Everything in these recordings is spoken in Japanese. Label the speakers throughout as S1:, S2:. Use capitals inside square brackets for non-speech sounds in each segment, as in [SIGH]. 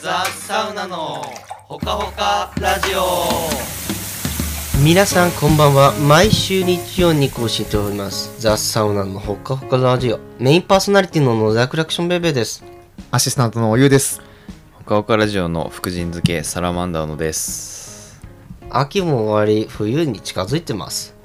S1: ザ・サウナのほかほかラジオ
S2: 皆さんこんばんは毎週日曜に更新しておりますザ・サウナのほかほかラジオメインパーソナリティの野田クラクションベイベーです
S3: アシスタントのおゆうです。
S4: ほかほかラジオの福神漬けサラマンダーのです。
S2: 秋も終わり冬に近づいてます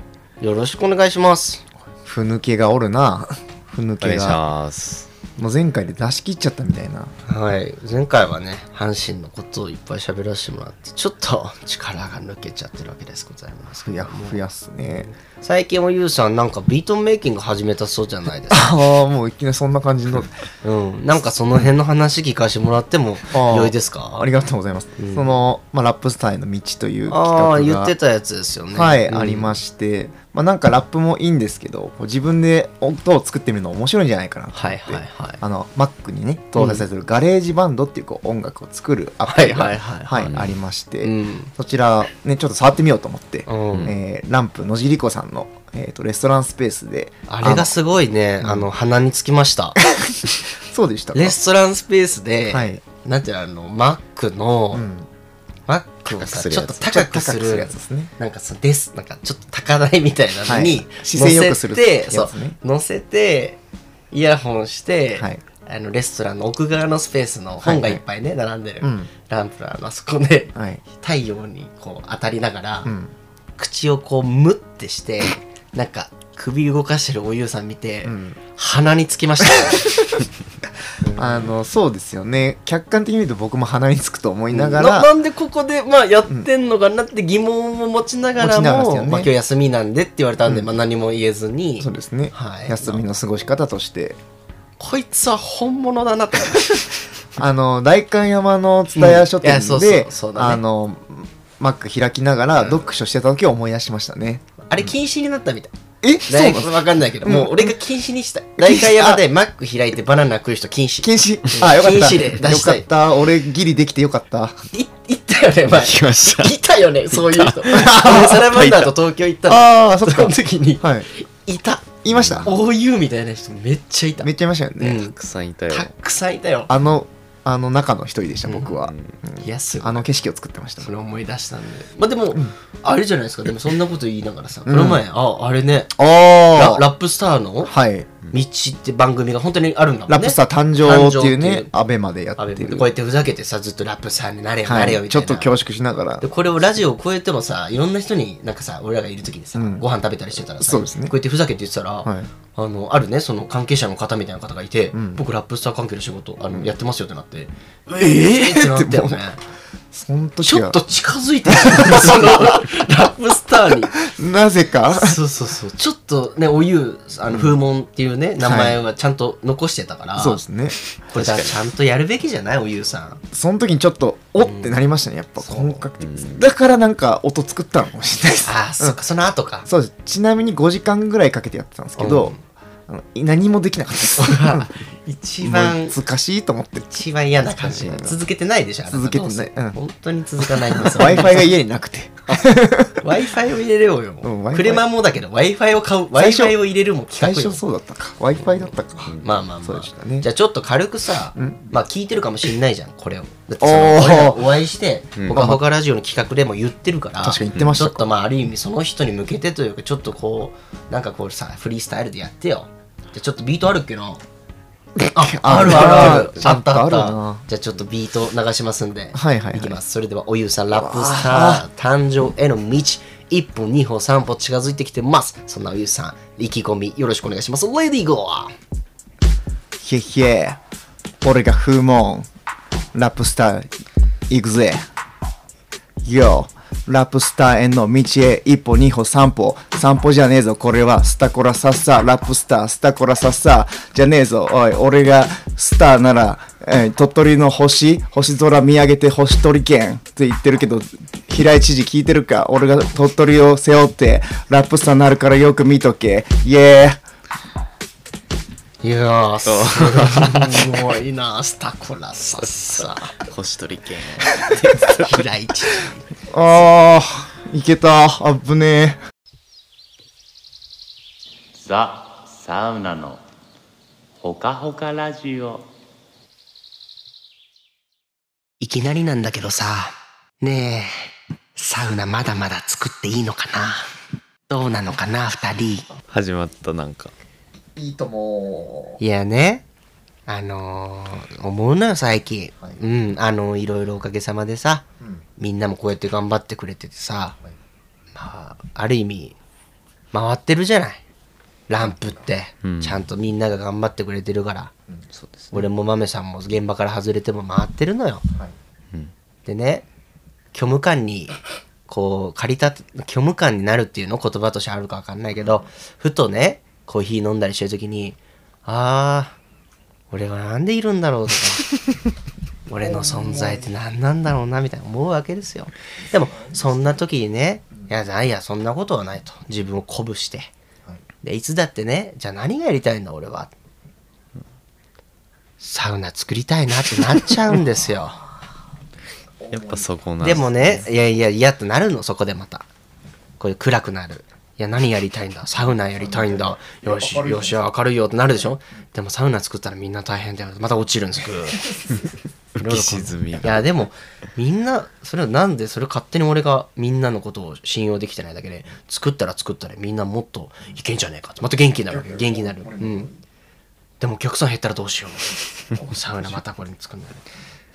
S2: よろしくお願いします
S3: ふぬけがおるな。 [LAUGHS] ふぬ
S4: お願
S3: け
S4: いし
S3: が。
S4: ます。
S3: もう前回で出し切っちゃったみたいな。
S2: はい前回はね阪神のことをいっぱい喋らせてもらってちょっと力が抜けちゃってるわけですございます
S3: ふやふやっすね。
S2: 最近おゆうさんなんかビートメイキング始めたそうじゃないですか
S3: ああ、もういきなりそんな感じの。
S2: うんなんかその辺の話聞かせてもらっても
S3: あー
S2: 良いですか
S3: ありがとうございます。その、まあ、ラップスターへの道という企画が。
S2: ああー言ってたやつですよね
S3: はい、
S2: うん
S3: ありまして、まあ、なんかラップもいいんですけどこう自分で音を作ってみるの面白いんじゃないかなと思って、
S2: はいはいはい
S3: あの Mac にね搭載されてるガレージバンドっていうこう音楽を作るアプリが、
S2: はいはいはい
S3: はい
S4: うん
S3: ありまして、
S2: うん
S3: そちら、ね、ちょっと触ってみようと思って、
S2: うん
S3: えーランプのじりこさんの、えー、とレストランスペースで
S2: あれがすごいね、あの、鼻につきました。
S3: あのそうでしたか
S2: レストランスペースで、
S3: はい
S2: なんていうの、あの、マックの、
S3: うん
S2: マックがさ、ちょっと高くす
S3: ちょっと高くす
S2: る
S3: やつですね
S2: なんかそうです、なんかちょっと高台みたいなのに、
S3: はい姿勢良くする
S2: 乗せて、
S3: や
S2: そう
S3: つね、
S2: 乗せて、イヤホンして、
S3: はい
S2: あのレストランの奥側のスペースの本がいっぱいね、並んでる、
S3: うん
S2: ランプラのあそこで、
S3: はい、
S2: 太陽にこう当たりながら、
S3: うん、
S2: 口をこうムッてしてなんか首動かしてるおゆうさん見て、
S3: うん
S2: 鼻につきま
S3: [LAUGHS]
S2: した
S3: あのそうですよね客観的に見ると僕も鼻につくと思い
S2: な
S3: ながら、
S2: なんでここで、まあ、やってんのかなって疑問を持ちながら
S3: 持ちながらです
S2: も、
S3: よね
S2: まあ、今日休みなんでって言われたんで、
S3: うん
S2: まあ、何も言えずに
S3: そうですね、
S2: はい
S3: 休みの過ごし方として
S2: こいつは本物だ
S3: [LAUGHS]
S2: なって
S3: あの代官山の蔦屋書
S2: うんいや
S3: 店
S2: そうそう
S3: で
S2: そうだね
S3: あのマック開きながら読書してた時を思い出しましたね、
S2: あれ禁止になったみたい
S3: えそうな
S2: 大
S3: の
S2: 分わかんないけど、
S3: うん
S2: もう俺が禁止にしたい大会山
S3: [LAUGHS]
S2: でマック開いてバナナ食う人禁止
S3: 禁止あよかっ
S2: 禁止令
S3: た
S2: 出
S3: よ
S2: した
S3: か
S2: い
S3: った俺ギリできてよかった
S2: い行ったよね
S3: [LAUGHS]
S2: 前
S4: 来ました。
S2: いたよねそういう人俺サラマンダーと東京行ったの
S3: ああそっ
S2: そ
S3: か
S2: の時に
S3: はい
S2: いた
S3: 言いました
S2: お湯みたいな人めっちゃいた
S3: めっちゃいましたよね、
S2: うん
S4: たくさんいたよ。
S2: たくさんいたよ
S3: あのあの中の一人でした僕は、
S4: うん
S2: いやすごい
S3: あの景色を作ってました
S2: それ思い出したんでまあでも、あれじゃないですかでもそんなこと言いながらさ、
S3: うん
S2: この前ああれねラ
S3: あ
S2: ラップスターの
S3: はい
S2: 「道」って番組が本当にあるんだもんね
S3: ラップスター誕生ってい
S2: 誕生っ
S3: うね
S2: ていう
S3: アベマでや
S2: あ
S3: っ
S2: べ
S3: てる
S2: こうやってふざけてさずっとラップスターになれよ、
S3: は
S2: なれよ
S3: い、
S2: み
S3: ち
S2: た
S3: ょ
S2: い
S3: っ
S2: な
S3: と恐縮しながら
S2: でこれをラジオを超えてもさいろんな人になんかさ俺らがいる時にさ、
S3: うん
S2: ご飯食べたりしてたらさ
S3: そうですね
S2: こうやってふざけて言ってたら、
S3: はい
S2: あのあるねその関係者の方みたいな方がいて、
S3: ん
S2: 僕ラップスター関係の仕事あの、やってますよってなってええー、ってなったよね
S3: その時
S2: ちょっ
S3: は
S2: と近づい
S3: [LAUGHS]
S2: てきたそのラップスターに
S3: なぜか
S2: そうそうそうちょっとねおゆうあの風門っていうね、名前はちゃんと残してたから、
S3: そうですね
S2: これだちゃんとやるべきじゃないおゆうさん
S3: その時にちょっとおってなりましたねやっぱ
S2: そう
S3: 本格的ですだからなんか音作ったのかもしれないです
S2: ああ、そっかその後か
S3: そうですちなみに5時間ぐらいかけてやってたんですけど、あの何もできなかったです
S2: [LAUGHS] 一番
S3: 難しいと思って
S2: 一番嫌な感じ
S3: 難しいな
S2: 続けてないでしょあなた
S3: 続けて
S2: どう
S3: ない
S2: する
S3: うん
S2: 本当に続かないんです
S3: w i f i が家にな
S2: [LAUGHS]
S3: くて
S2: w i f i を入れようよ、
S3: うん Wi-Fi
S2: 車もだけど w i f i を買う w i
S3: 最初
S2: f i を入れるも企
S3: 最
S2: 画よ
S3: 初そうだったか w i f i だったか、
S2: まあまあ
S3: そ
S2: ま
S3: う
S2: あ
S3: でしたね
S2: じゃあちょっと軽くさ
S3: うん
S2: まあ聞いてるかもしんないじゃんこれをだって
S3: [LAUGHS] お
S2: その
S3: ー
S2: 俺らお会いして
S4: うん
S2: 「ほかほかラジオ」の企画でも言ってるから
S3: 確かに言ってまし
S2: ちょ
S3: た
S2: っとまあある意味その人に向けてというかちょっとこうなんかこうさフリースタイルでやってよじゃあちょっとビートあるっけ
S3: [LAUGHS]
S2: なああるあるある
S3: ち
S2: あ
S3: ゃ
S2: っ
S3: んと
S2: たあ
S3: あ
S2: っ
S3: るな
S2: たじゃあちょっとビート流しますんで
S3: はいはいはい
S2: いきますそれではおゆうさんラップスター誕生への道1歩2歩3歩近づいてきてますそんなおゆうさん意気込みよろしくお願いしますレディーゴー
S3: ひえひえ俺が風門ラップスター行くぜ YO ラップスターへの道へ一歩二歩三歩三歩じゃねえぞこれはスタコラサッサラップスタースタコラサッサじゃねえぞおい俺がスターなら、えー鳥取の星星空見上げて星取県って言ってるけど平井知事聞いてるか俺が鳥取を背負ってラップスターになるからよく見とけイエー
S2: いやー、すごいな、スタコラさっさ、
S4: 星取り券。
S2: 平井知事。
S3: あーいけたあっぶねえ
S5: ザ・サウナのほかほかラジオ
S2: いきなりなんだけどさ、ねえ、サウナまだまだ作っていいのかなどうなのかな、二人。
S4: 始まったなんか
S3: いいとも
S2: いやね、あのー思うのよ、最近。
S3: はい
S2: うん、あのいろいろおかげさまでさ、
S3: うん
S2: みんなもこうやって頑張ってくれててさ、
S3: い
S2: まあ、ある意味、回ってるじゃない。ランプって、
S4: うん
S2: ちゃんとみんなが頑張ってくれてるから、
S4: そうです
S2: 俺もマメさんも現場から外れても回ってるのよ。
S3: はい
S2: でね虚無感にこう借りた虚無感になるっていうの言葉としてあるか分かんないけどふとねコーヒー飲んだりしてる時にあー俺はなんでいるんだろうとか俺の存在って何なんだろうなみたいな思うわけですよでもそんな時にねいやないやそんなことはないと自分を鼓舞してでいつだってねじゃあ何がやりたいんだ俺はサウナ作りたいなってなっちゃうんですよ
S4: やっぱそこなん
S2: でもね、いやいや、嫌となるの、そこでまた。これ暗くなる。いや、何やりたいんだサウナやりたいんだよし、よし、明るいよってなるでしょでもサウナ作ったらみんな大変だよ。また落ちるんですぐ [LAUGHS]
S4: 浮き沈み
S2: い
S4: が
S2: や、でも、みんな、それはなんで、それ勝手に俺がみんなのことを信用できてないだけで、作ったら作ったでみんなもっといけんじゃねえかって。また元気になるわけよ。元気になる。うん。でもお客さん減ったらどうしよう [LAUGHS] サウナまたこれ作んない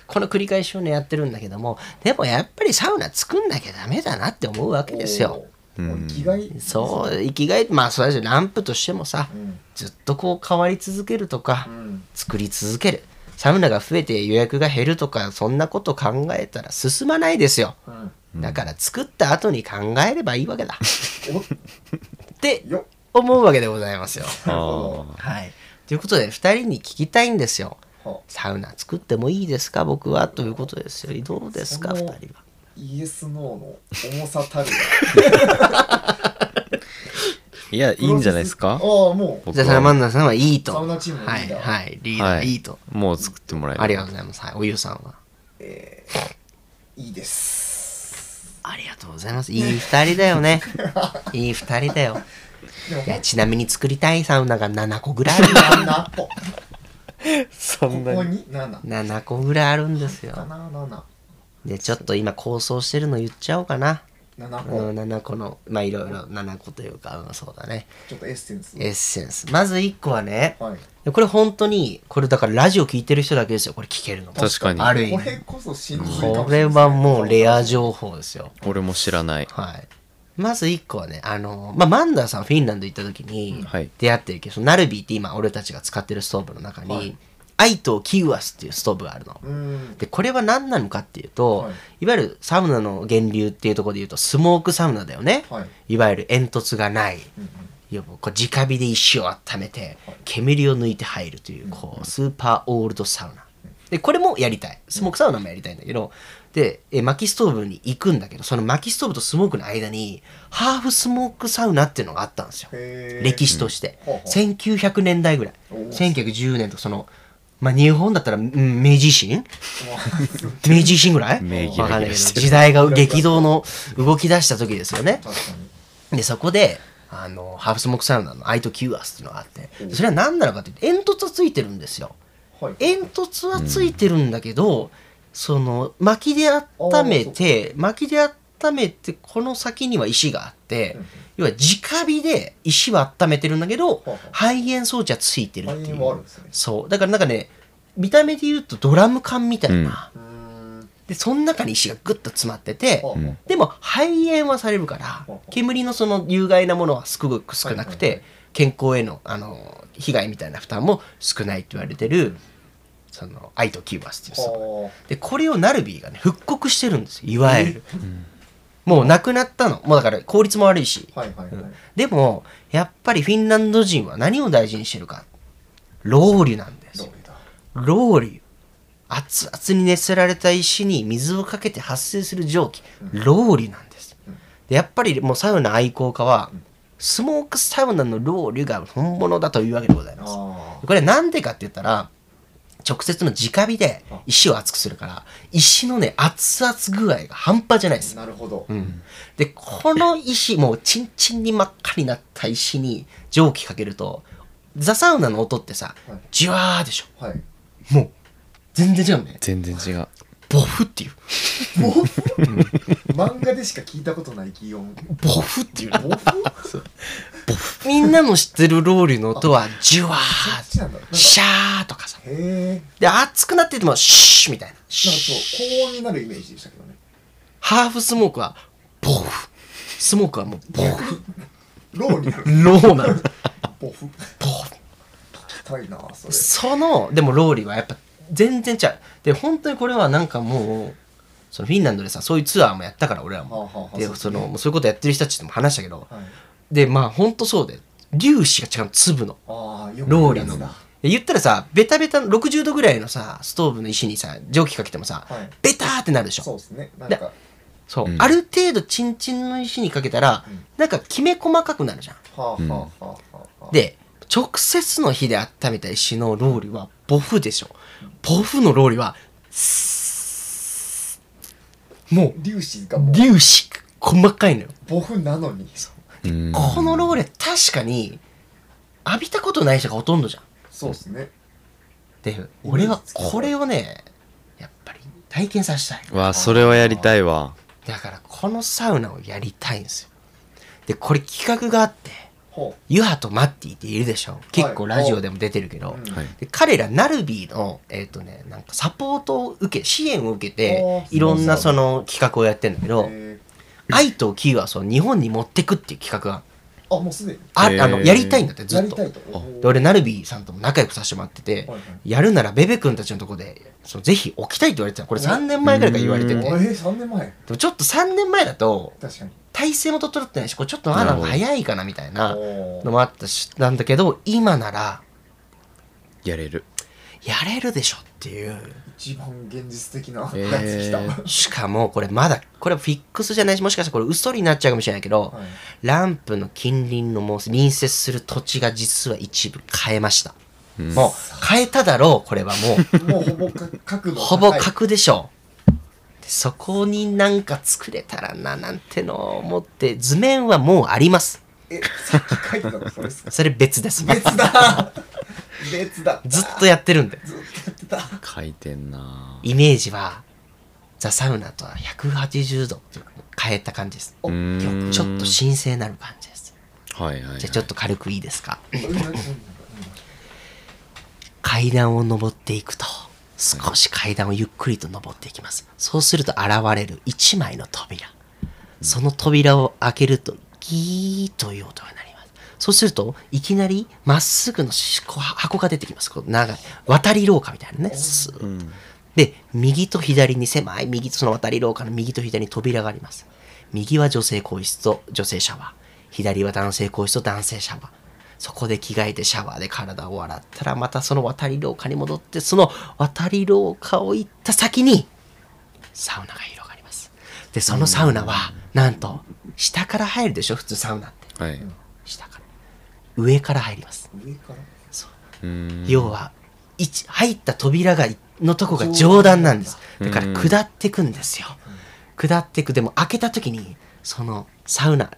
S2: この繰り返しをねやってるんだけどもでもやっぱりサウナ作んなきゃダメだなって思うわけですよ
S4: うん
S2: そう生きがいまあそうですよランプとしてもさ、ずっとこう変わり続けるとか、作り続けるサウナが増えて予約が減るとかそんなこと考えたら進まないですよ、だから作った後に考えればいいわけだって思うわけでございますよ
S4: あ
S2: はい。ということで、二人に聞きたいんですよ。サウナ作ってもいいですか僕はということですよ。どうですか二人
S6: その
S2: は。
S6: イエスノーの重さたる
S4: ーいやいいんじゃないです
S6: ああ
S4: か
S6: も
S4: 僕
S2: じゃ
S4: は
S2: あ、サラマンダーさんはいいと。
S6: サウナチームの
S2: は
S6: リ
S2: い、
S6: ーダー
S2: はい。リーダー、、
S4: はいい
S2: いと。
S4: もう作ってもらえる
S2: ありがとうございます。はい。おゆうさんは。
S6: ういいです
S2: ありがとうございます。いい二人だよ
S6: [LAUGHS]
S2: ね。いい二人だよ。いや、ちなみに作りたいサウナが7個ぐらい
S6: [LAUGHS]
S2: あるよ。
S6: 7個こ
S4: そ
S6: こに7
S2: 7個ぐらいあるんです
S6: か
S2: よ。
S6: な7
S2: で、ちょっと今構想してるの言っちゃおうかな。
S6: 7個、
S2: うん、7個の、まあいろいろ7個というか、うん、そうだね。
S6: ちょっとエッセンス
S2: エッセンス。まず1個はね、
S6: はい
S2: これ本当に、これだからラジオ聞いてる人だけですよ、これ聞けるの。
S4: 確かに
S2: ある意
S6: こ
S2: 味。
S6: れこそ真実
S2: これはもうレア情報ですよ。
S4: 俺も知らない
S2: はい。まず1個はね、あの、まあ、マンダーさんフィンランド行った時に
S4: はい
S2: 出会ってるけど、そのナルビーって今俺たちが使ってるストーブの中に、アイトキウアスっていうストーブがあるの。
S6: うん
S2: でこれは何なのかっていうと、
S6: は
S2: い、
S6: い
S2: わゆるサウナの源流っていうところで言うとスモークサウナだよね、、
S6: はい
S2: わゆる煙突がない、要はこう直火で石を温めて煙を抜いて入るというこうスーパーオールドサウナでこれもやりたいスモークサウナもやりたいんだけどでえ薪ストーブに行くんだけどその薪ストーブとスモークの間にハーフスモークサウナっていうのがあったんですよ
S6: へー
S2: 歴史として、
S6: うんほうほう
S2: 1900年代ぐらい
S6: おー
S2: 1910年とかそのまあ日本だったら、うん、明治維
S6: [LAUGHS]
S2: 新
S6: もう
S2: 明治維新ぐらい
S4: 明治維新
S2: わかんないけど時代が激動の動き出した時ですよね。でそこであのハーフスモークサウナの「アイトキュアス」っていうのがあってそれは何なのかというと煙突はついてるんですよ。
S6: はい
S2: 煙突はついてるんだけど、その薪で温めて薪で温めてこの先には石があって、要は直火で石は温めてるんだけど、
S6: はあはあ
S2: 排煙装置はついてるってい
S6: 肺
S2: う
S6: 炎はあるんですね
S2: そうだからなんかね見た目で言うとドラム缶みたいな、
S6: うーん
S2: でその中に石がグッと詰まってて、
S6: はあは
S2: でも肺炎はされるから
S6: ほうほう
S2: 煙のその有害なものはすごく少なくて、
S6: はいはい
S2: 健康へのあの被害みたいな負担も少ないと言われてるそのアイトキューバスっていうそ
S6: あ
S2: の
S6: は
S2: でこれをナルビーがね復刻してるんですよいわゆる、もうなくなったのもうだから効率も悪いし、
S6: あはいはいはい、
S2: でもやっぱりフィンランド人は何を大事にしてるかロウリュなんです
S6: どう
S2: よ
S6: だ
S2: ロウリュ熱々に熱せられた石に水をかけて発生する蒸気ロウリュなんですでやっぱりもうサウナ愛好家はスモークサウナのロウリュが本物だというわけでございます
S6: あ
S2: これなんでかって言ったら直接の直火で石を熱くするから石のね熱々具合が半端じゃないです
S6: あなるほど、
S2: でこの石もうチンチンに真っ赤になった石に蒸気かけるとザ・サウナの音ってさ
S6: はい
S2: ジュワーでしょ
S6: はい
S2: もう全然違うね
S4: 全然違う
S2: ボフっていう
S6: ボフ漫画でしか聞いたことない気音
S2: ボフっていう
S6: ボフそ [LAUGHS] っ
S2: [LAUGHS] みんなの知ってるローリュの音はジュワー
S6: ちなんだなんかへ
S2: シャーとかさ
S6: えなんか
S2: で熱くなっててもシューみたいな
S6: そう高音になるイメージでしたけどね
S2: ハーフスモークはボフスモークはもうボフ
S6: ローになる
S2: ロー [LAUGHS] なんです
S6: ボフ
S2: ボフ
S6: 高いな
S3: [LAUGHS]
S6: それ
S2: そのでもローリーはやっぱ全然違うで本当にこれはなんかもうそのフィンランドでさそういうツアーもやったから俺ら
S6: はあ
S2: も
S6: はあはあ
S2: で
S6: そうです
S2: そ
S6: ね
S2: のもうそういうことやってる人たちとも話したけど
S6: はい
S2: でまあ本当そうで粒子が違うの粒の
S6: ああよく
S2: ロー
S6: ある
S2: リー
S6: や
S2: の
S6: つだ
S2: で言ったらさベタベタの60度ぐらいのさストーブの石にさ蒸気かけてもさ、
S6: はい
S2: ベターってなるでしょ
S6: そうですねなんか
S2: そう、
S4: うん
S2: ある程度チンチンの石にかけたら、
S6: うん
S2: なんかきめ細かくなるじゃん
S6: はあはあはあはあはあ
S2: で直接の火で温めた石のローリはボフでしょボフのローリはスーも
S6: 粒子が
S2: う
S6: もう
S2: 粒子細かいのよ、
S6: ボフなのに
S4: うん
S2: このローリは確かに浴びたことない人がほとんどじゃん
S6: そうですね
S2: で俺はこれをねやっぱり体験させたい
S4: わそれはやりたいわ
S2: だからこのサウナをやりたいんですよでこれ企画があって
S6: ほ
S2: ユハとマッティっているでしょ結構ラジオでも出てるけど、
S6: ううん
S4: はい
S2: で彼らナルビーの、えっとね、なんかサポートを受け支援を受けて
S6: あー
S2: いろんな
S6: そ
S2: その企画をやってんだけど
S6: え
S2: 「愛とキーはその日本に持ってく」っていう企画が
S6: ーあもうすでに
S2: あ,、
S4: へー
S2: あのやりたいんだってず
S6: や
S2: っ
S6: り
S2: と
S6: たいと
S2: で俺ナルビーさんとも仲良くさせてもらってて、
S6: はいは
S2: やるならベベ君たちのとこでそのぜひ置きたいって言われてたこれ3年前ぐらいから言われてて
S6: え
S2: で
S6: ー、3年前
S2: もちょっと3年前だと
S6: 確かに
S2: 体勢も整ってないしこれちょっとあなんか早いかなみたいな
S6: おー
S2: のもあったしなんだけど今なら
S4: やれる
S2: やれるでしょっていう。
S6: 一番現実的なやつ
S4: え
S6: 来た、
S4: ー
S2: しかもこれまだこれフィックスじゃないしもしかしたらこれ嘘になっちゃうかもしれないけど、
S6: はい
S2: ランプの近隣のもう隣接する土地が実は一部変えました、
S4: うん
S2: もう変えただろうこれはもう
S6: もうほぼか角
S4: [LAUGHS]
S6: 度
S2: ほぼ
S6: 高い
S2: 格でしょうでそこになんか作れたらななんてのを思って図面はもうあります
S6: えさっき書いてたのそれ
S2: [LAUGHS]
S6: っすか
S2: それ別です
S6: 別だ別だ
S2: ずっとやってるんで
S6: ずっとやってた
S4: 書いてんな
S2: イメージはザ・サウナとは180度変えた感じです
S4: うーん
S2: ちょっと神聖なる感じです
S4: はいはいはい
S2: じゃあちょっと軽くいいですか
S6: [LAUGHS] うんうんうん
S2: 階段を登っていくと少し階段をゆっくりと登っていきますそうすると現れる一枚の扉その扉を開けるとギーという音が鳴りますそうするといきなりまっすぐのしこ箱が出てきますこう長い渡り廊下みたいなねスーッとで右と左に狭い右とその渡り廊下の右と左に扉があります右は女性更衣室と女性シャワー左は男性更衣室と男性シャワーそこで着替えてシャワーで体を洗ったらまたその渡り廊下に戻ってその渡り廊下を行った先にサウナが広がりますでそのサウナはなんと下から入るでしょ普通サウナって
S4: はい
S2: 下から上から入ります
S6: 上から
S4: うん
S2: 要は一入った扉がのとこが上段なんですだから下ってくんですよ下ってくでも開けた時にそのサウナ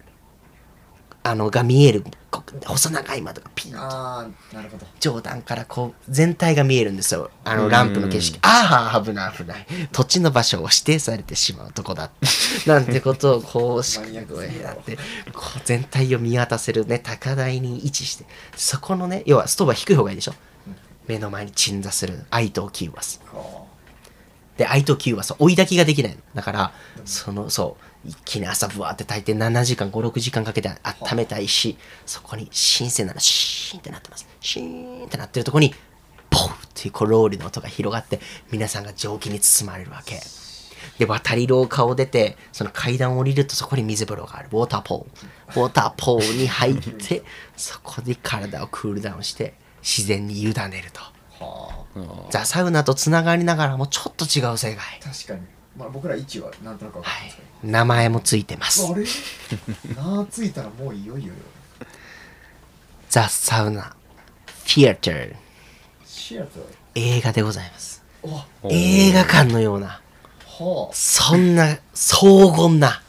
S2: あのが見えるこう細長い窓がピンと
S6: ああなるほど
S2: 上段からこう全体が見えるんですよあのランプの景色ああ危ない危ない土地の場所を指定されてしまうとこだったなんてことをこうし
S6: マニアックすぎる
S2: だってこう全体を見渡せるね高台に位置してそこのね要はストーブは低い方がいいでしょ目の前に鎮座する愛とキーワス
S6: こ
S2: で愛とキーワスは追い炊きができないのだからそのそう一気に朝ぶわーって炊いて7時間56時間かけて温めたいしそこに新鮮なのシーンってなってますシーンってなってるとこにポンっていうこうロールの音が広がって皆さんが蒸気に包まれるわけで渡り廊下を出てその階段を降りるとそこに水風呂があるウォーターポールウォーターポールに入ってそこで体をクールダウンして自然に委ねると
S6: うはあ
S2: ザ・サウナとつながりながらもちょっと違う世界
S6: 確かにまあ僕ら位置はなんとなく分か
S2: は
S6: るん
S2: い
S6: ですけど、
S2: 名前もついてます
S6: あれ [LAUGHS] なあついたらもういよいよよ
S2: ザ・サウナフィアター
S6: シアトル
S2: 映画でございます
S6: あ
S2: 映画館のような
S6: は
S2: そんな荘厳な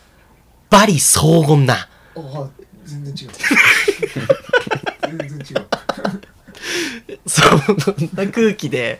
S2: バリ荘厳な
S6: ああ全然違う全然違う
S2: そんな空気で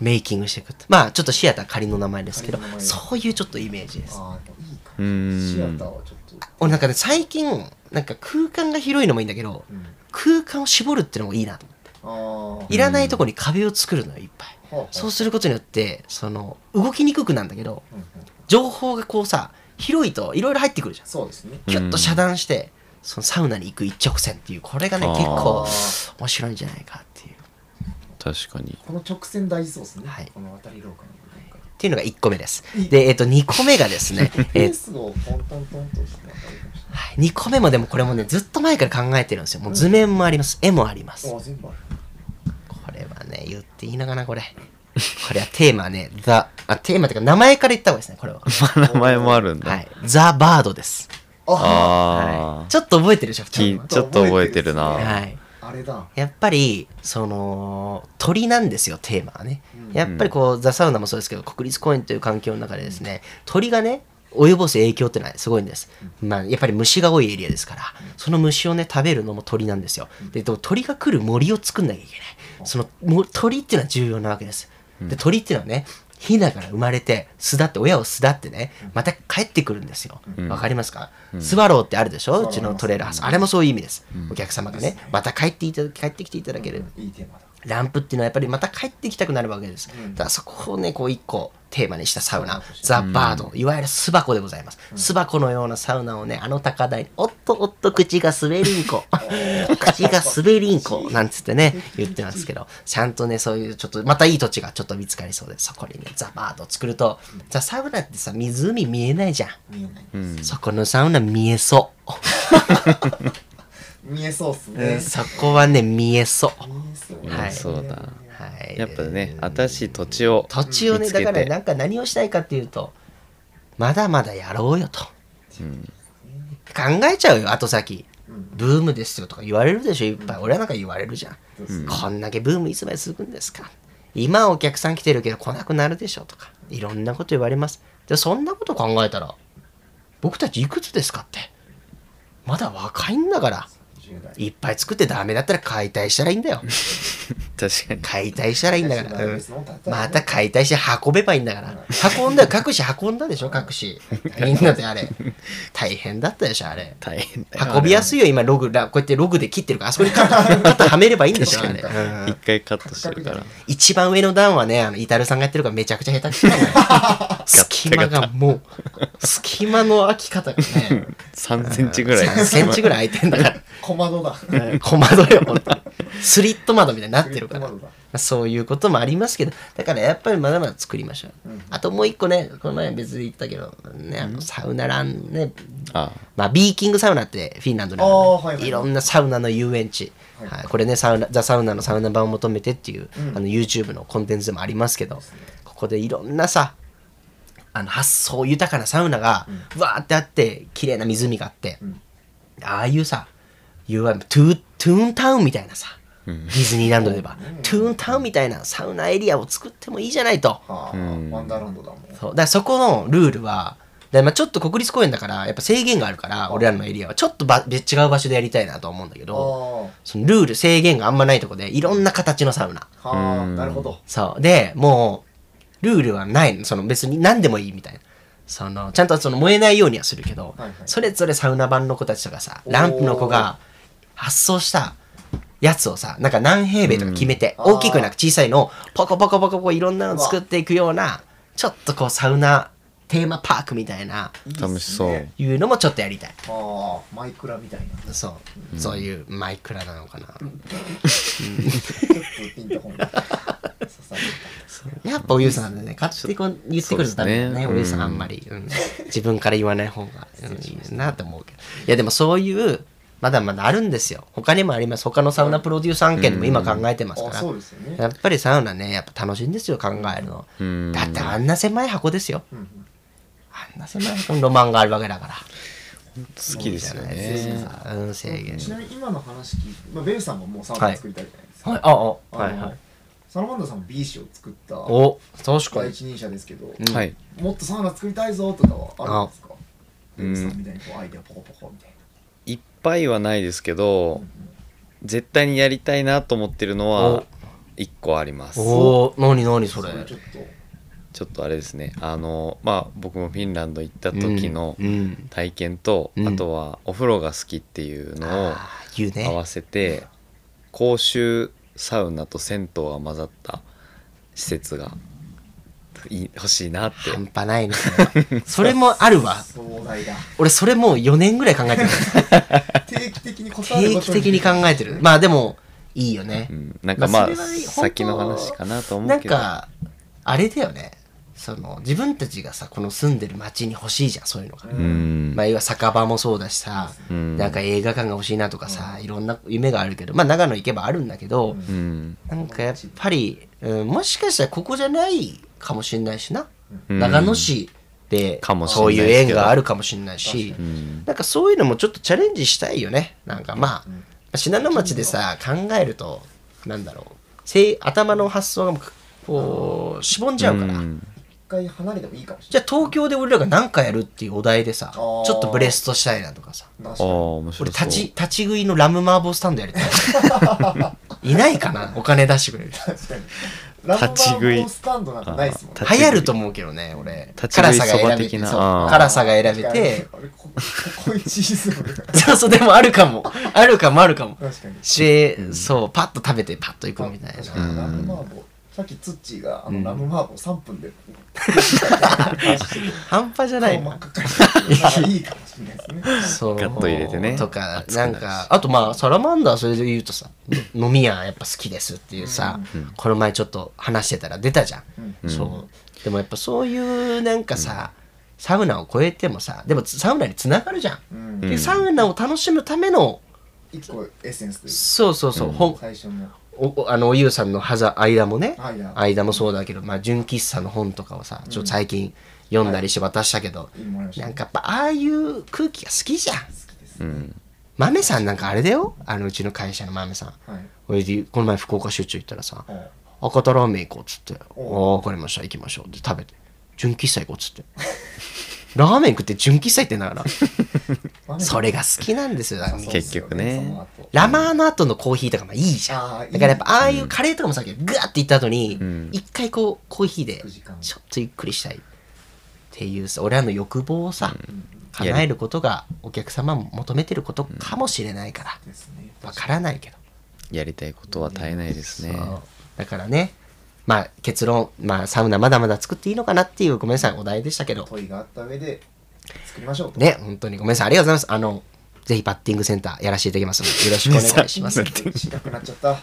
S2: メイキングしていくってまあちょっとシアター仮の名前ですけど
S6: 仮の名前
S2: そういうちょっとイメージです
S6: ああいいか
S4: う
S6: シア
S4: ーん
S6: ターはちょっと
S2: 俺なんかね最近なんか空間が広いのもいいんだけど、
S6: うん
S2: 空間を絞るってのもいいなと思って
S6: あ
S2: いらないとこに壁を作るのよいっぱい、
S6: あはあ
S2: そうすることによってその動きにくくなんだけど
S6: うんうん
S2: 情報がこうさ広いといろいろ入ってくるじゃん
S6: そうですね
S2: キュッと遮断して、そのサウナに行く一直線っていうこれがね
S4: あー
S2: 結構面白いんじゃないかっていうっ
S4: 確か
S2: [LAUGHS]
S4: に
S6: この直線大事そうですね、
S2: はい
S6: この渡り廊下のなんか
S2: ていうのが1個目です
S6: いい
S2: でえっ、と2個目がですね、え
S6: ペ
S2: ー
S6: ースをトントントンとしてなんかあるかもし
S2: はい2個目もでもこれもねずっと前から考えてるんですよもう図面もあります絵もありま
S6: れ
S2: す
S6: ないあ
S2: こ
S6: あ全部ある
S2: れはね言っていいのかなこれこれはテーマねザあテーマっていうか名前から言った方がいいですねこれは
S4: 名前もあるんだ、
S2: はいザ・バードです、
S6: あ
S4: あ
S2: はい、
S4: あ、
S2: ちょっと覚えてるでしょ
S4: き
S2: 2人
S4: ちょっと覚えてるな、
S2: はい
S6: あれだ
S2: やっぱりその鳥なんですよテーマはね
S6: うん
S2: やっぱりこうザ・サウナもそうですけど国立公園という環境の中でですね鳥がね及ぼす影響ってのはすごいんです、まあ、やっぱり虫が多いエリアですからその虫をね食べるのも鳥なんですよででも鳥が来る森を作んなきゃいけないそのも鳥っていうのは重要なわけですで鳥っていうのはねヒナから生まれて巣立って親を巣立ってねまた帰ってくるんですよ
S4: ん
S2: わかりますか、スワローってあるでしょうちのトレーラーハウスあれもそういう意味です、お客様がねまた帰っていただ帰ってきていただける、
S6: いいテーマだ
S2: ランプっていうのはやっぱりまた帰ってきたくなるわけです。だからそこをね、こう一個テーマにしたサウナ、ザ・バード、いわゆる巣箱でございます。巣箱のようなサウナをね、あの高台に、おっとおっと口が滑りん [LAUGHS] こ、口が滑りんこ、なんつってね、言ってますけど、ちゃんとね、そういうちょっと、またいい土地がちょっと見つかりそうで、そこにね、ザ・バードを作ると、ザ・サウナってさ、湖見えないじゃん。
S6: 見えない、
S2: そこのサウナ見えそう。
S6: 見えそうっすね、
S2: そこはね、見えそう。
S6: 見えそう
S2: はい
S4: そうだ
S2: はい。
S4: やっぱね新しい土地を
S2: 土地をね
S4: 見つけ
S2: だ
S4: て
S2: からなんか何をしたいかっていうとまだまだやろうよと、考えちゃうよ後先、ブームですよとか言われるでしょいっぱい、俺はなんか言われるじゃん、こんだけブームいつまで続くんですか今お客さん来てるけど来なくなるでしょとかいろんなこと言われますでそんなこと考えたら僕たちいくつですかってまだ若いんだから
S6: 10代
S2: いっぱい作ってダメだったら解体したらいいんだよ
S4: 確かに
S2: 解体したらいいんだか
S6: 解
S2: ら、う
S6: 体したらいい
S2: ん
S6: ですもんだったらね
S2: また解体して運べばいいんだから運んだよ各種運んだでしょ各種みんなであれ大変だったでしょあれ
S4: 大変だよ
S2: 運びやすいよ今ログラこうやってログで切ってるからあそこに肩肩はめればいいんでしょあれ、うん
S4: 一回カットしてるから
S2: 一番上の段はねあのイタルさんがやってるからめちゃくちゃ下手くそなのよ隙間がもう隙間の空き方がね
S4: 3センチぐらい
S2: 3センチぐらい空いてんだから
S6: 小窓だ
S2: 小窓よ、本当にスリット窓みたいになってるから
S6: スリット窓。
S2: そういうこともありますけど、だからやっぱりまだまだ作りましょう。あともう一個ね、この前別で言ったけど、ね、あのサウナランね、
S4: あ
S2: まあ、ビーキングサウナってフィンランドにある
S6: あーは
S2: の
S6: いはい
S2: で
S6: はい
S2: いろんなサウナの遊園地、はい、これねサウナザ・サウナのサウナ版を求めてっていう、あの YouTube のコンテンツでもありますけどここでいろんなさあの発想豊かなサウナがわーってあって綺麗な湖があって、ああいうさいわゆるトゥトゥーンタウンみたいなさ、ディズニーランドで言えば、トゥーンタウンみたいなサウナエリアを作ってもいいじゃないと。
S6: はあ、ワンダーランドだもん
S2: そうだからそこのルールはで、まあ、ちょっと国立公園だからやっぱ制限があるから俺らのエリアはちょっとば別違う場所でやりたいなと思うんだけど
S6: あ
S2: そのルール制限があんまないとこでいろんな形のサウナ
S6: あはあなるほど
S2: そうでもうルールはないのその別に何でもいいみたいなそのちゃんとその燃えないようにはするけど、
S6: はいはい
S2: それぞれサウナ版の子たちとかさ
S6: おー
S2: ランプの子が発想したやつをさなんか何平米とか決めて、
S6: うん
S2: 大きくなく小さいのをポコポコポコポコいろんなの作っていくようなちょっとこうサウナテーマパークみたいな
S4: あ楽しそう
S6: ね
S2: いうのもちょっとやりたい
S6: ああマイクラみたいな
S2: そう、そういうマイクラなのかな、
S6: ちょっとピンとこない刺さ
S2: やっぱおゆうさんだね勝手にこう言ってくるとダメだね
S4: そ
S2: お
S4: うですね
S2: ゆうさんあんまり、うん自分から言わない方がうんいいなと思うけどいやでもそういうまだまだあるんですよ他にもあります他のサウナプロデュース案件でも今考えてますか
S6: あ
S2: ら、
S6: そうですよね
S2: やっぱりサウナねやっぱ楽しいんですよ考えるの、
S4: ん
S2: だってあんな狭い箱ですよ、
S6: ん
S2: あんな狭い箱にロマンがあるわけだから
S4: 好きですよ
S2: そうじゃない
S4: ね
S2: ですかうん制限
S6: れちなみに今の話聞いて、まあ、ベルさんももうサウ
S2: は
S6: ナ
S2: い
S6: 作りたいじゃないですか、
S2: はいああは
S6: あ
S2: い
S6: の
S2: はい
S6: サラマンダさんも B 氏を作った
S2: お確か
S6: 第
S2: に
S6: 一人者ですけど、
S4: はい
S6: もっとサウナ作りたいぞとかはあるんですかベルさんみたいにこうアイデアポコポコみたい
S4: いっぱいはないですけど絶対にやりたいなと思ってるの
S2: お
S4: は1個あります
S2: おお何何それ
S6: それちょっと
S4: ちょっとあれですねあのまあ僕もフィンランド行った時の
S2: うんうん
S4: 体験と、
S2: うん
S4: あとはお風呂が好きっていうのを
S2: あー言う
S4: 合
S2: ね
S4: わせて、公衆サウナと銭湯が混ざった施設がい欲しいなって
S2: 半端ない
S4: [LAUGHS]
S2: ねそれはそれもあるわ
S6: 壮大だ
S2: 俺それもう4年ぐらい考
S4: [LAUGHS]
S2: えてる
S6: 定期的にこさわる
S2: 定
S6: ご
S2: 期
S6: とに
S2: 的に考えてるまあでもいいよね
S4: うん、なんかまあ、
S2: まあそれは本当
S4: 先の話かなと思
S2: な
S4: うんけど
S2: かあれだよねその自分たちがさこの住んでる町に欲しいじゃんそういうのが、
S4: うん、
S2: まあ要は酒場もそうだしさ、
S4: うん
S2: なんか映画館が欲しいなとかさ、いろんな夢があるけどまあ長野行けばあるんだけど、
S4: うん
S2: なんかやっぱり、うん、もしかしたらここじゃないかもしれないしな、
S4: うん
S2: 長野市で
S4: かもしれ
S2: そ
S4: な
S2: う
S4: い
S2: い
S4: で
S2: う
S4: すけど
S2: 縁があるかもしれないし、
S4: うん
S2: なんかそういうのもちょっとチャレンジしたいよねなんかまあ、信濃町でさ考えるとなんだろうせい頭の発想がもうこうしぼんじゃうから、
S4: うん
S6: 一回離れてもいいかもし
S2: じ
S6: れ
S2: ゃあ東京で俺らが何かやるっていうお題でさち
S6: あー
S2: ょっとブレストしたいなとかさ
S6: ない
S4: ああ
S6: 確かに
S4: 面白
S2: 俺
S4: そ
S2: 立
S4: う
S2: ち立ち食いのラム麻婆スタンドやりたい
S4: [LAUGHS]
S2: いないかなお金出してくれる人
S6: 確かにラムバ
S4: 立ち食い
S6: ーボースタンドなんかないっすもん
S4: あ
S2: 流行ると思うけどね俺
S4: 立ち
S2: 辛
S4: 食い
S2: さが
S4: そば
S2: 選べ
S4: 的
S2: て
S4: な
S2: そう
S4: あー
S2: 辛さが選べて [LAUGHS]
S6: あれこここいちいすもんね
S2: そうそうでもあるかもあるかもあるかも
S6: 確かに
S2: で、そうパッと食べてパッと行くみたい
S6: 確
S2: な
S6: かにラムマーボーさっきツッチーがあ
S2: うん
S6: のラムマーボー3分で
S2: 半端じゃない
S6: 顔真
S2: な
S6: っ赤かいいかもしれないですね
S2: そう
S4: ガッと入れてね
S2: とか
S4: 熱く
S2: な
S4: なる
S2: ん
S4: し
S2: かあとまあサラマンダーそれで言うとさ飲み屋やっぱ好きですっていうさ、この前ちょっと話してたら出たじゃん、
S4: うん
S2: そうでもやっぱそういうなんかさ、サウナを超えてもさでもサウナにつながるじゃん、
S6: うん
S4: うん
S2: でサウナを楽しむための
S6: 一個エッセンスという
S2: そうそうそう、ほん
S6: か最初の
S2: おおあのおゆうさんのはざ間もね
S6: はいはい
S2: 間もそうだけど、まあ、純喫茶の本とかをさちょっと最近読んだりして渡したけど、
S6: いいもらいました
S2: なんかやっぱああいう空気が好きじゃん
S6: 好きです
S4: うん
S2: 豆さんなんかあれだよあのうちの会社の豆さん
S6: はい
S2: おやじこの前福岡出張行ったらさ
S6: はい
S2: 赤田ラーメン行こうっつって「
S6: お
S2: お分かりました行きましょう」って食べて「純喫茶行こう」っつって
S6: [LAUGHS]
S2: ラーメン食って純喫茶行ってんだからそれが好きなんですよだから
S6: そうっす
S4: 結
S6: よ
S4: 局ね
S6: その後
S2: ラマーの後のコーヒーとかもいいじゃん。
S6: あーいい
S2: だからやっぱああいうカレーとかもさっきグワーって行った後に、
S4: ん
S2: 一回こうコーヒーで
S6: 九時間
S2: ちょっとゆっくりしたいっていうさ、俺らの欲望をさ、叶えることがお客様も求めてることかもしれないから、
S6: ですね
S2: わからないけど。
S4: やりたいことは絶えないですね
S2: そうだからね、まあ結論、まあサウナまだまだ作っていいのかなっていうごめんなさい、お題でしたけど、
S6: 問いがあった上で作りましょうと
S2: ね、本当にごめんなさい、ありがとうございます。あの、ぜひバッティングセンターやらせていただきますので、よろしくお願いします。
S6: [LAUGHS] 近くなっちゃったなんだっ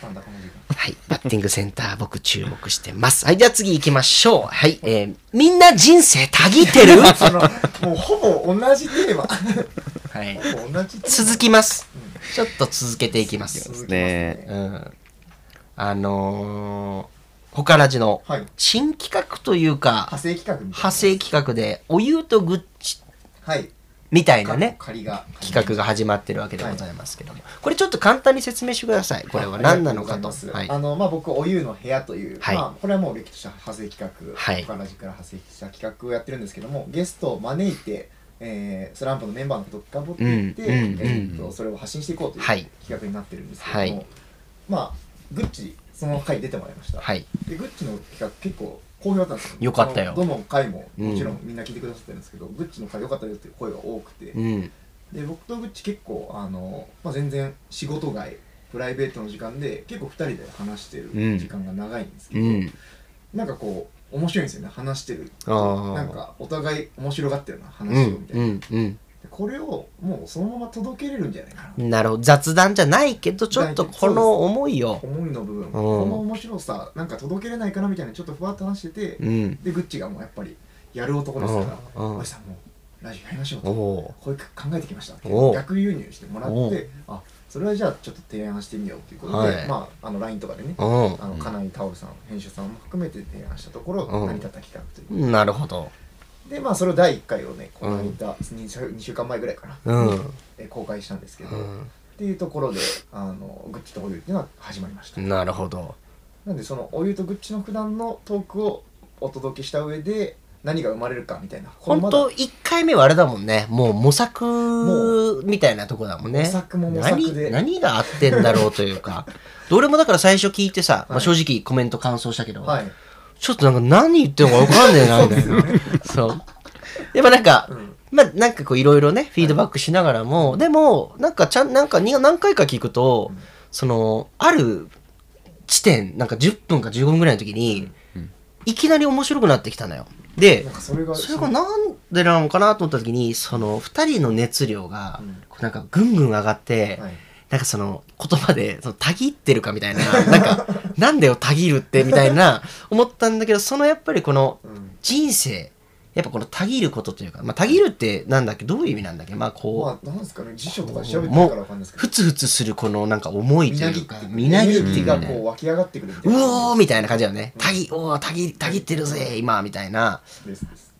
S6: たんだこの時間
S2: はい、バッティングセンター、僕注目してます。はい、じゃあ次行きましょう。はい、えー、みんな人生たぎってる
S6: [LAUGHS] そのもうほぼ同じテーマ
S2: はい。
S6: ほぼ同じテーマ
S2: 続きます。ちょっと続けていきます。
S6: 続きます
S4: ね
S2: うん。あのー、ほからじの
S6: はい
S2: 新企画というか
S6: 派、生企画みたいな
S2: 派生企画で、お湯とグッチ
S6: はい
S2: みたいなね、
S6: 仮が
S2: 企画が始まってるわけでございますけども、これちょっと簡単に説明してください。これは何なのかと。は
S6: ありがうございます
S2: い。
S6: あのまあ僕お湯の部屋という、
S2: はい
S6: まあこれはもう歴史派生企画、
S2: はい
S6: 岡ラジから派生した企画をやってるんですけども、ゲストを招いて、えースランプのメンバーのことを深掘っていって、
S2: うんうん
S6: えーっとそれを発信していこうという
S2: は
S6: 企
S2: い
S6: 画になってるんですけども、
S2: はい
S6: まあグッチその回出てもらいました。
S2: はい。
S6: でグッチの企画結構好評だったんですよ。
S2: よかったよ
S6: あのどの回も
S2: うん
S6: もちろんみんな聞いてくださってるんですけど、グッチの回良かったよっていう声が多くて。
S2: うん。
S6: で僕とグッチ結構あの、まあ、全然仕事外プライベートの時間で結構2人で話してる
S2: うん
S6: 時間が長いんですけ
S2: う
S6: ど、
S2: ん。
S6: なんかこう面白いんですよね話してる
S2: あー
S6: なんかお互い面白がってるな
S2: う
S6: 話をみ
S2: ん。
S6: たいな、
S2: うん。うん。
S6: でこれをもうそのまま届けれるんじゃないかな
S2: なるほど雑談じゃないけどちょっとこの思いを
S6: 思いの部分、この面白さなんか届けれないかなみたいなちょっとふわっと話してて、
S2: うん
S6: でグッチがもうやっぱりやる男ですから「
S2: うんうん
S6: おじさんもうラジオやりましょう」
S2: お
S6: と。
S2: お
S6: こういう考えてきましたって
S2: おう
S6: 逆輸入してもら
S2: お
S6: って
S2: う
S6: あそれはじゃあちょっと提案してみようっていうことで、
S2: はい
S6: まああの LINE とかでね
S2: ーお
S6: あの金井タオルさん編集さんも含めて提案したところ
S2: うん
S6: 成り立った企画という
S2: ーなるほど
S6: でまあそれを第1回をねこの間 2, 週2週間前ぐらいかな、
S2: うん
S6: え公開したんですけど、っ
S2: う
S6: ていうところであのグッチとお湯っていうのは始まりました、
S2: んなるほど
S6: なんでそのお湯とグッチの普段のトークをお届けした上で何が生まれるかみたいな
S2: 本当一1回目はあれだもんねもう模
S6: も
S2: 索みたいなとこだもんね
S6: 模索も模索で
S2: 何何が合ってんだろうという
S6: [LAUGHS]
S2: かで俺もだから最初聞いてさ、まあ、正直コメント感想したけど、
S6: まだはい
S2: ちょっとなんか何言ってんのか分かんねえなみたいなそうでもなんか、
S6: ん
S2: まあなんかこういろいろねフィードバックしながらも、でもなんかちゃんなんかに何回か聞くと、そのある地点なんか10分か15分ぐらいの時に、いきなり面白くなってきたのよで
S6: なんかそれが
S2: それがなんでなのかなと思った時にその2人の熱量が
S6: うん
S2: こうなんかぐんぐん上がって、
S6: はい
S2: なんかその言葉でそのたぎってるかみたいななんかなんだよたぎるってみたいな思ったんだけどそのやっぱりこの
S6: うん
S2: 人生やっぱこのたぎることというか、まあ、たぎるってなんだっけどういう意味なんだっけまあこ
S6: まあなんですかね辞書とか調べてるからわかんないです
S2: う
S6: け
S2: ふ
S6: ど
S2: つふつするこのなんか思い
S6: み
S2: と
S6: な
S2: い
S6: ぎっ
S2: う
S6: て
S2: か
S6: いう
S2: みなぎって
S6: エネ
S2: い
S6: ル
S2: う
S6: ギー
S2: か
S6: がこう
S2: ね
S6: 湧き上がってくるみた
S2: う
S6: いな
S2: おーみたいな感じだよねたぎおーたぎたぎってるぜ今みたいな
S6: ですです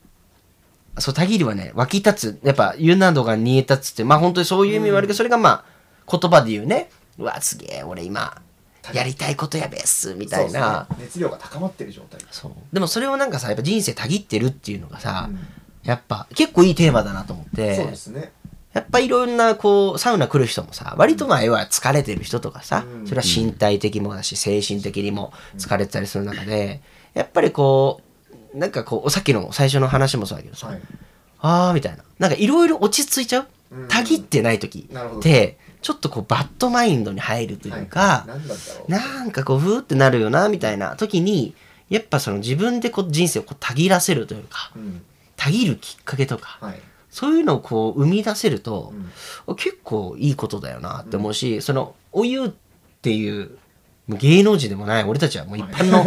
S2: そう、たぎりはね、湧き立つ。やっぱ、湯などが煮え立つって、まあ本当にそういう意味もあるけど、それがまあ、言葉で言うね。うわ、すげえ、俺今、やりたいことやべっす、みたいな
S6: そう。ですね熱量が高まってる状態
S2: そうでもそれをなんかさ、やっぱ人生たぎってるっていうのがさ、
S6: うん
S2: やっぱ、結構いいテーマだなと思っ
S6: そうで
S2: て、
S6: すね
S2: やっぱいろんな、こう、サウナ来る人もさ、割とまあ、要は疲れてる人とかさ、
S6: うん
S2: それは身体的もだし、精神的にも疲れてたりする中で、やっぱりこう、なんかこう、さっきの最初の話もそうだけどさ、
S6: はい
S2: あーみたいななんかいろいろ落ち着いちゃう、
S6: うん
S2: たぎってない時
S6: なるほど
S2: ってちょっとこうバッドマインドに入るというか、
S6: 何だったろう
S2: なんかこうふーってなるよなみたいな時にやっぱその自分でこう人生をこうたぎらせるというか
S6: うん
S2: たぎるきっかけとか、
S6: はい
S2: そういうのをこう生み出せると
S6: う、ん
S2: 結構いいことだよなって思うし、そのお湯っていうもう芸能人でもない俺たちはもう一般の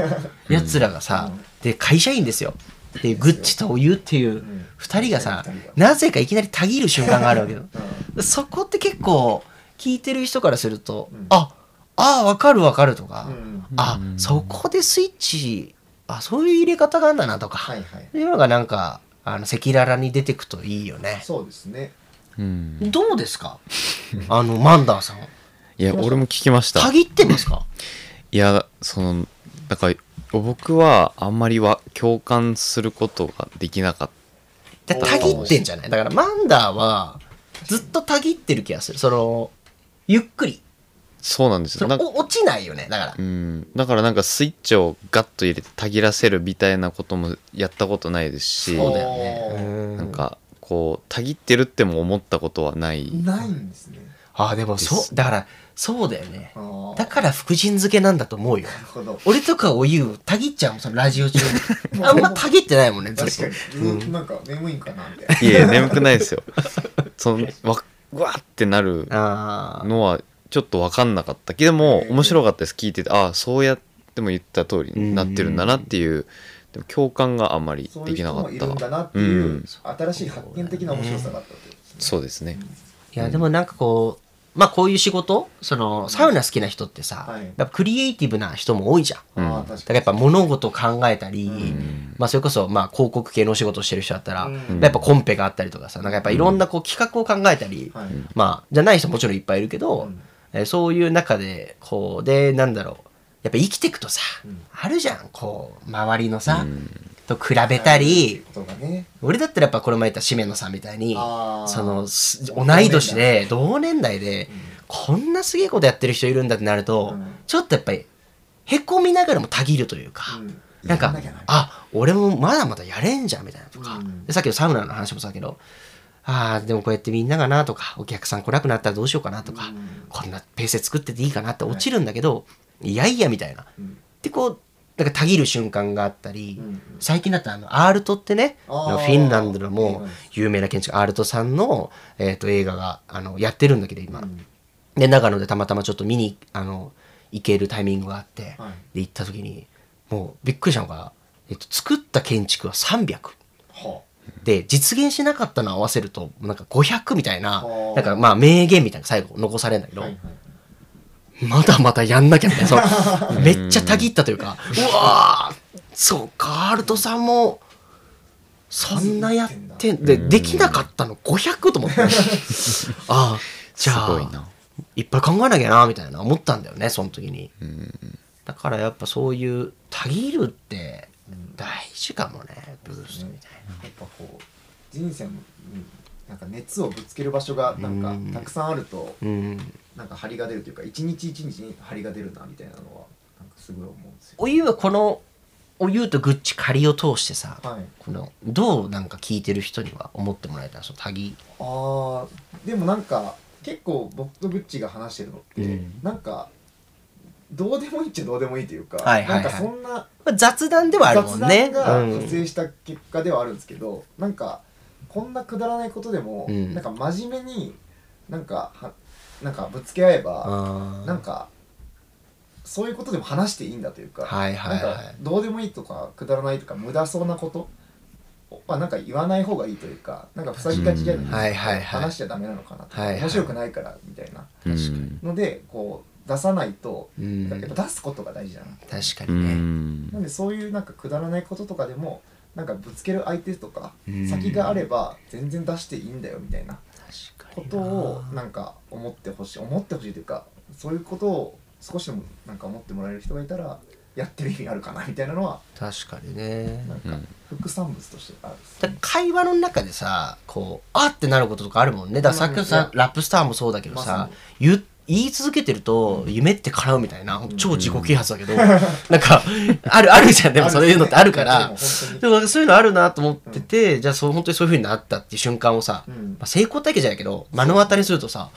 S2: やつらがさ、
S6: うん
S2: で会社員ですよっていうグッチとお湯っていう2人がさ、
S6: うん
S2: なぜかいきなりたぎる瞬間があるわけよそこって結構聞いてる人からすると、
S6: うん
S2: ああわかるわかるとか、
S6: うん
S2: あそこでスイッチあそういう入れ方があるんだなとか、
S6: はいはい
S2: そういうのがなんかあの赤裸々に出てくといいよね
S6: そうですね
S4: うん
S2: どうですか [LAUGHS] あのマンダーさん
S4: いや俺も聞きました
S2: たぎってますか
S4: いやそのだから僕はあんまりは共感することができなかっ
S2: でたぎってんじゃないだからマンダーはずっとたぎってる気がするそのゆっくり
S4: たそうなんです
S2: そ
S4: よな
S2: の
S4: ん
S2: お
S4: か
S2: 落ちないよねだから
S4: うんだからなんかスイッチをガッと入れてたぎらせるみたいなこともやったことないですし
S2: そうだよねう
S4: なんかこうたぎってるっても思ったことはない
S6: ないんですね
S2: ああでも
S4: で
S2: そう
S4: す
S2: だからそうだよね
S6: あー
S2: だから福神漬けなんだと思うよ
S6: なるほど
S2: 俺とかお湯たぎっちゃうもんそのラジオ中にあんまたぎってないもんねずっと
S6: 確かにうんなんか眠いんかなみたい
S4: いや眠くないですよそのわわーってなる
S2: ああ
S4: のはちょっと分かんなかったけども
S6: えー
S4: 面白かったです聞いててああそうやっても言った通りになってるんだなっていうでも共感があんまり
S6: なそうい
S4: で
S6: う
S4: きな
S6: 人
S4: か
S6: も
S4: っ
S6: い
S4: た
S6: るんだなっていう、
S4: うん
S6: 新しい発見的な面白さがあったという
S4: そうですね
S2: いやでもなんかこうまあこういう仕事そのサウナ好きな人ってさ、
S6: はい
S2: やっぱクリエイティブな人も多いじゃん
S4: うん
S6: ああ
S2: だ
S6: 確
S2: か
S6: からに
S2: やっぱ物事を考えたり、
S4: ん
S2: まあ、それこそまあ広告系のお仕事をしてる人だったら、
S6: うん
S2: やっぱコンペがあったりとかさなんかやっぱいろんなこう企画を考えたり、
S6: はい
S2: まあ、じゃない人もちろんいっぱいいるけど、
S6: うん
S2: えーそういう中でこうでなんだろうやっぱ生きていくとさ、
S6: うん
S2: あるじゃんこう周りのさ、
S4: うん
S2: と比べたり、
S6: ことがね
S2: 俺だったらやっぱこの前言った姫野さんみたいに
S6: あー
S2: そのす同い年で同年代で、こんなすげえことやってる人いるんだってなると、
S6: うん
S2: ちょっとやっぱりへこみながらもたぎるというか、
S6: うん
S2: なんか
S6: やんなきゃな
S2: あ俺もまだまだやれんじゃんみたいなとか、
S6: うん
S2: でさっきのサウナの話もそうだけどあーでもこうやってみんながなとかお客さん来なくなったらどうしようかなとか、
S6: うん
S2: こんなペースで作ってていいかなって落ちるんだけど、い、やいやみたいな。
S6: うん
S2: でこうなんかたぎる瞬間があったり、
S6: うん
S2: 最近だとあのアールトってねフ
S6: あー
S2: ィンランドのも
S6: は
S2: う
S6: い
S2: 有名な建築アールトさんの、えー、と映画があのやってるんだけど今、
S6: うん
S2: で長野でたまたまちょっと見にあの行けるタイミングがあって、
S6: はい
S2: で行った時にもうびっくりしたのが、えっと作った建築は300。
S6: は
S2: で実現しなかったのを合わせるとなんか500みたいな
S6: はあ
S2: なんかまあ名言みたいなのが最後残されるんだけ
S6: あ
S2: ど、
S6: はいはい
S2: まだまだやんなきゃみたいなそのめっちゃたぎったというかうわーそうかアルトさんもそんなやってんでできなかったの500と思って
S4: [LAUGHS]
S2: ああじ
S4: す
S2: ゃあ
S4: ごいない
S2: っぱい考えなきゃなみたいな思ったんだよねその時にだからやっぱそういうたぎるって大事かもねブースみたいな
S6: やっぱこう人生のうんなんか熱をぶつける場所がなんか
S2: うん
S6: たくさんあると
S2: うん
S6: なんか張りが出るというか一日一日に張りが出るなみたいなのはなんかすごい思うんですよ。
S2: お湯はこのお湯とグッチ仮を通してさ、
S6: はい、
S2: このどうなんか聞いてる人には思ってもらえたそのタギ
S6: あーでもなんか結構僕とグッチが話してるのって、
S2: うん
S6: なんかどうでもいいっちゃどうでもいいというか、
S2: はいはいはい
S6: なんかそんな
S2: まあ雑談ではあるも
S6: 雑
S2: んね
S6: 談が
S2: うん
S6: 発生した結果ではあるんですけど、なんかこんなくだらないことでも、
S2: うん
S6: なんか真面目になんかはなんかぶつけ合えば、
S2: あー
S6: なんかそういうことでも話していいんだというか、
S2: はいはい
S6: なん
S2: は
S6: か
S2: い
S6: どうでもいいとかくだらないとか無駄そうなことはなんか言わない方がいいというかなんか塞ぎがちじゃ
S4: うん
S2: はいはいはい
S6: 話しちゃダメなのかなとか、
S2: はいはい
S6: 面白くないからみたいな
S4: うん
S6: のでこう出さないと、
S2: うん
S6: やっぱ出すことが大事じゃん
S2: 確か
S4: う
S2: にね、
S4: ん
S6: なんでそういうなんかくだらないこととかでもなんかぶつける相手とか
S2: うん
S6: 先があれば全然出していいんだよみたいな
S2: 確か
S6: こ
S2: に
S6: とを
S2: な
S6: なんか思ってほしい思ってほしいというかそういうことを少しでもなんか思ってもらえる人がいたらやってる意味あるかなみたいなのは
S2: 確かにね
S6: なんか副産物としてあるんです
S2: だ
S6: ね
S2: から会話の中でさこうあってなることとかあるもんねだからさっきのさ、ラップスターもそうだけど
S6: ま
S2: さ
S6: さ、
S2: 言言い続けてると夢って叶うみたいな超自己啓発だけど、 [LAUGHS] なんかあるあるじゃんでもそういうのってあるから
S6: でも本
S2: でもなんかそういうのあるなと思ってて、じゃあそう本当にそういう風になったっていう瞬間をさ、
S6: 当に、う
S2: ま
S6: ん
S2: あ、成功体験じゃないけど目の当たりにするとさ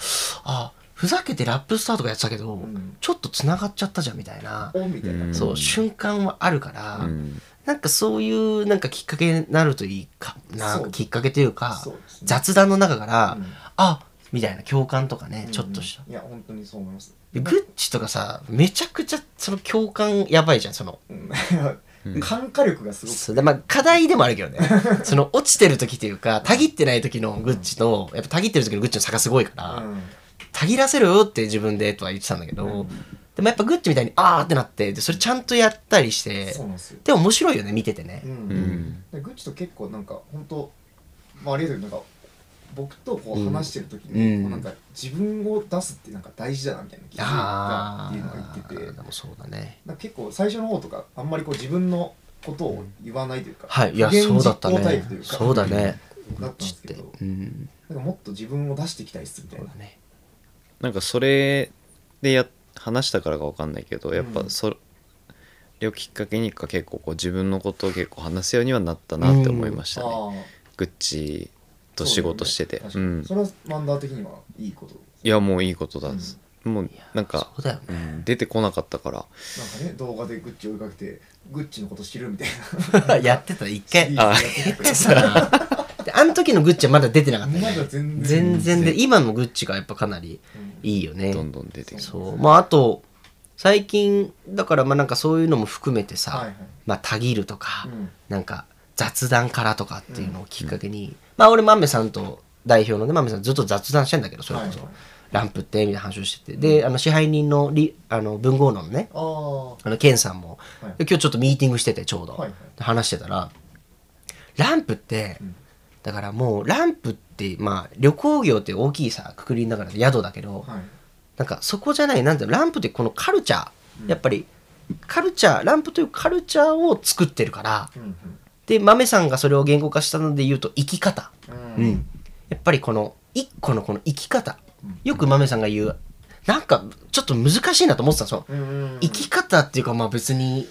S2: あふざけてラップスターとかやってたけど、
S6: ん
S2: ちょっとつながっちゃったじゃんみたいな、
S6: おみたいな、
S4: うん
S2: そう瞬間はあるから、
S4: うん
S2: なんかそういうなんかきっかけになるといいかな
S6: そう
S2: きっかけというか
S6: そうですね
S2: 雑談の中から、
S6: うん
S2: あみたいな共感とかね、ちょっとした
S6: うんいや本当にそう思います、
S2: でグッチとかさめちゃくちゃその共感やばいじゃんその
S6: うん
S4: うん
S6: [LAUGHS] 感化力がすごく
S2: そうでまあ課題でもあるけどね [LAUGHS] その落ちてる時というかたぎってない時のグッチとやっぱたぎってる時のグッチの差がすごいから、
S6: うん
S2: たぎらせろよって自分でとは言ってたんだけど、でもやっぱグッチみたいにあーってなってでそれちゃんとやったりして
S6: そうなんですよ、
S2: でも面白いよね見ててね
S6: う、ん
S4: うん
S6: でグッチと結構なんか本当まあありがとうけどなんか僕とこ
S2: う
S6: うん話してる時に、
S2: うん
S6: こうなんか自分を出すってなんか大事だなみたいな気づいた
S2: あ
S6: っていうのが
S2: あ
S6: 言って
S2: で
S6: て
S2: もそうだね
S6: なんか結構最初の方とかあんまりこう自分のことを言わないというか、
S2: はいいや
S6: 無限
S2: そうだった
S6: 実行タイプとい
S2: ね
S6: うか
S2: そうだねグ
S6: だ
S2: ッ
S6: ったんで
S2: チっ
S6: すけ
S2: て
S6: ど
S2: うん
S6: なんかもっと自分を出していきたいっすみたい
S2: そう
S6: な
S2: だね
S4: なんかそれでや話したからかわかんないけどやっぱそれをきっかけにか結構こう自分のことを結構話すようにはなったなって思いましたね、
S6: ああ
S4: グッチと仕事してて、
S6: そううだ
S4: ん
S6: よね確かにそれはマンダー的にはいいこと
S4: いやもういいことだ、もうなんか
S2: そうだよね
S4: うん出てこなかったから
S6: なんかね動画でグッチ追いかけてグッチのこと知るみたい
S2: [LAUGHS] やってた一
S6: [LAUGHS]
S2: 回
S6: な
S2: さであの時のグッチはまだ出てなかった
S6: ま
S2: ね
S6: だ全然
S2: 全然で今のグッチがやっぱかなりいいよね
S4: どんどん出てきて
S2: そうまああと最近だからまあなんかそういうのも含めてさ、
S6: はいはい
S2: まあたぎるとか、
S6: うん
S2: なんか雑談からとかっていうのをきっかけに、まあ俺まんめさんと代表のねまんめさんずっと雑談してんだけどそれこそ、
S6: はいはい
S2: ランプってみたいな話をしててであの支配人のりあの文豪のね、
S6: あ [LAUGHS] あは
S2: あの、ケンさんも、
S6: はい
S2: 今日ちょっとミーティングしてて、ちょうど、
S6: はいはい
S2: で話してたら、ランプって、だからもう、ランプって、まあ、旅行業って大きいさ、くくりの中で宿だけど、
S6: い
S2: なんかそこじゃない、なんていうのランプってこのカルチャー、やっぱり、カルチャー、ランプというカルチャーを作ってるから、
S6: うん
S2: で、豆さんがそれを言語化したので言うと、生き方。
S6: うん
S2: う
S6: うん
S2: ん、やっぱりこの一個のこの生き方よく豆さんが言うなんかちょっと難しいなと思ってたその
S6: うん
S2: 生き方っていうかまあ別に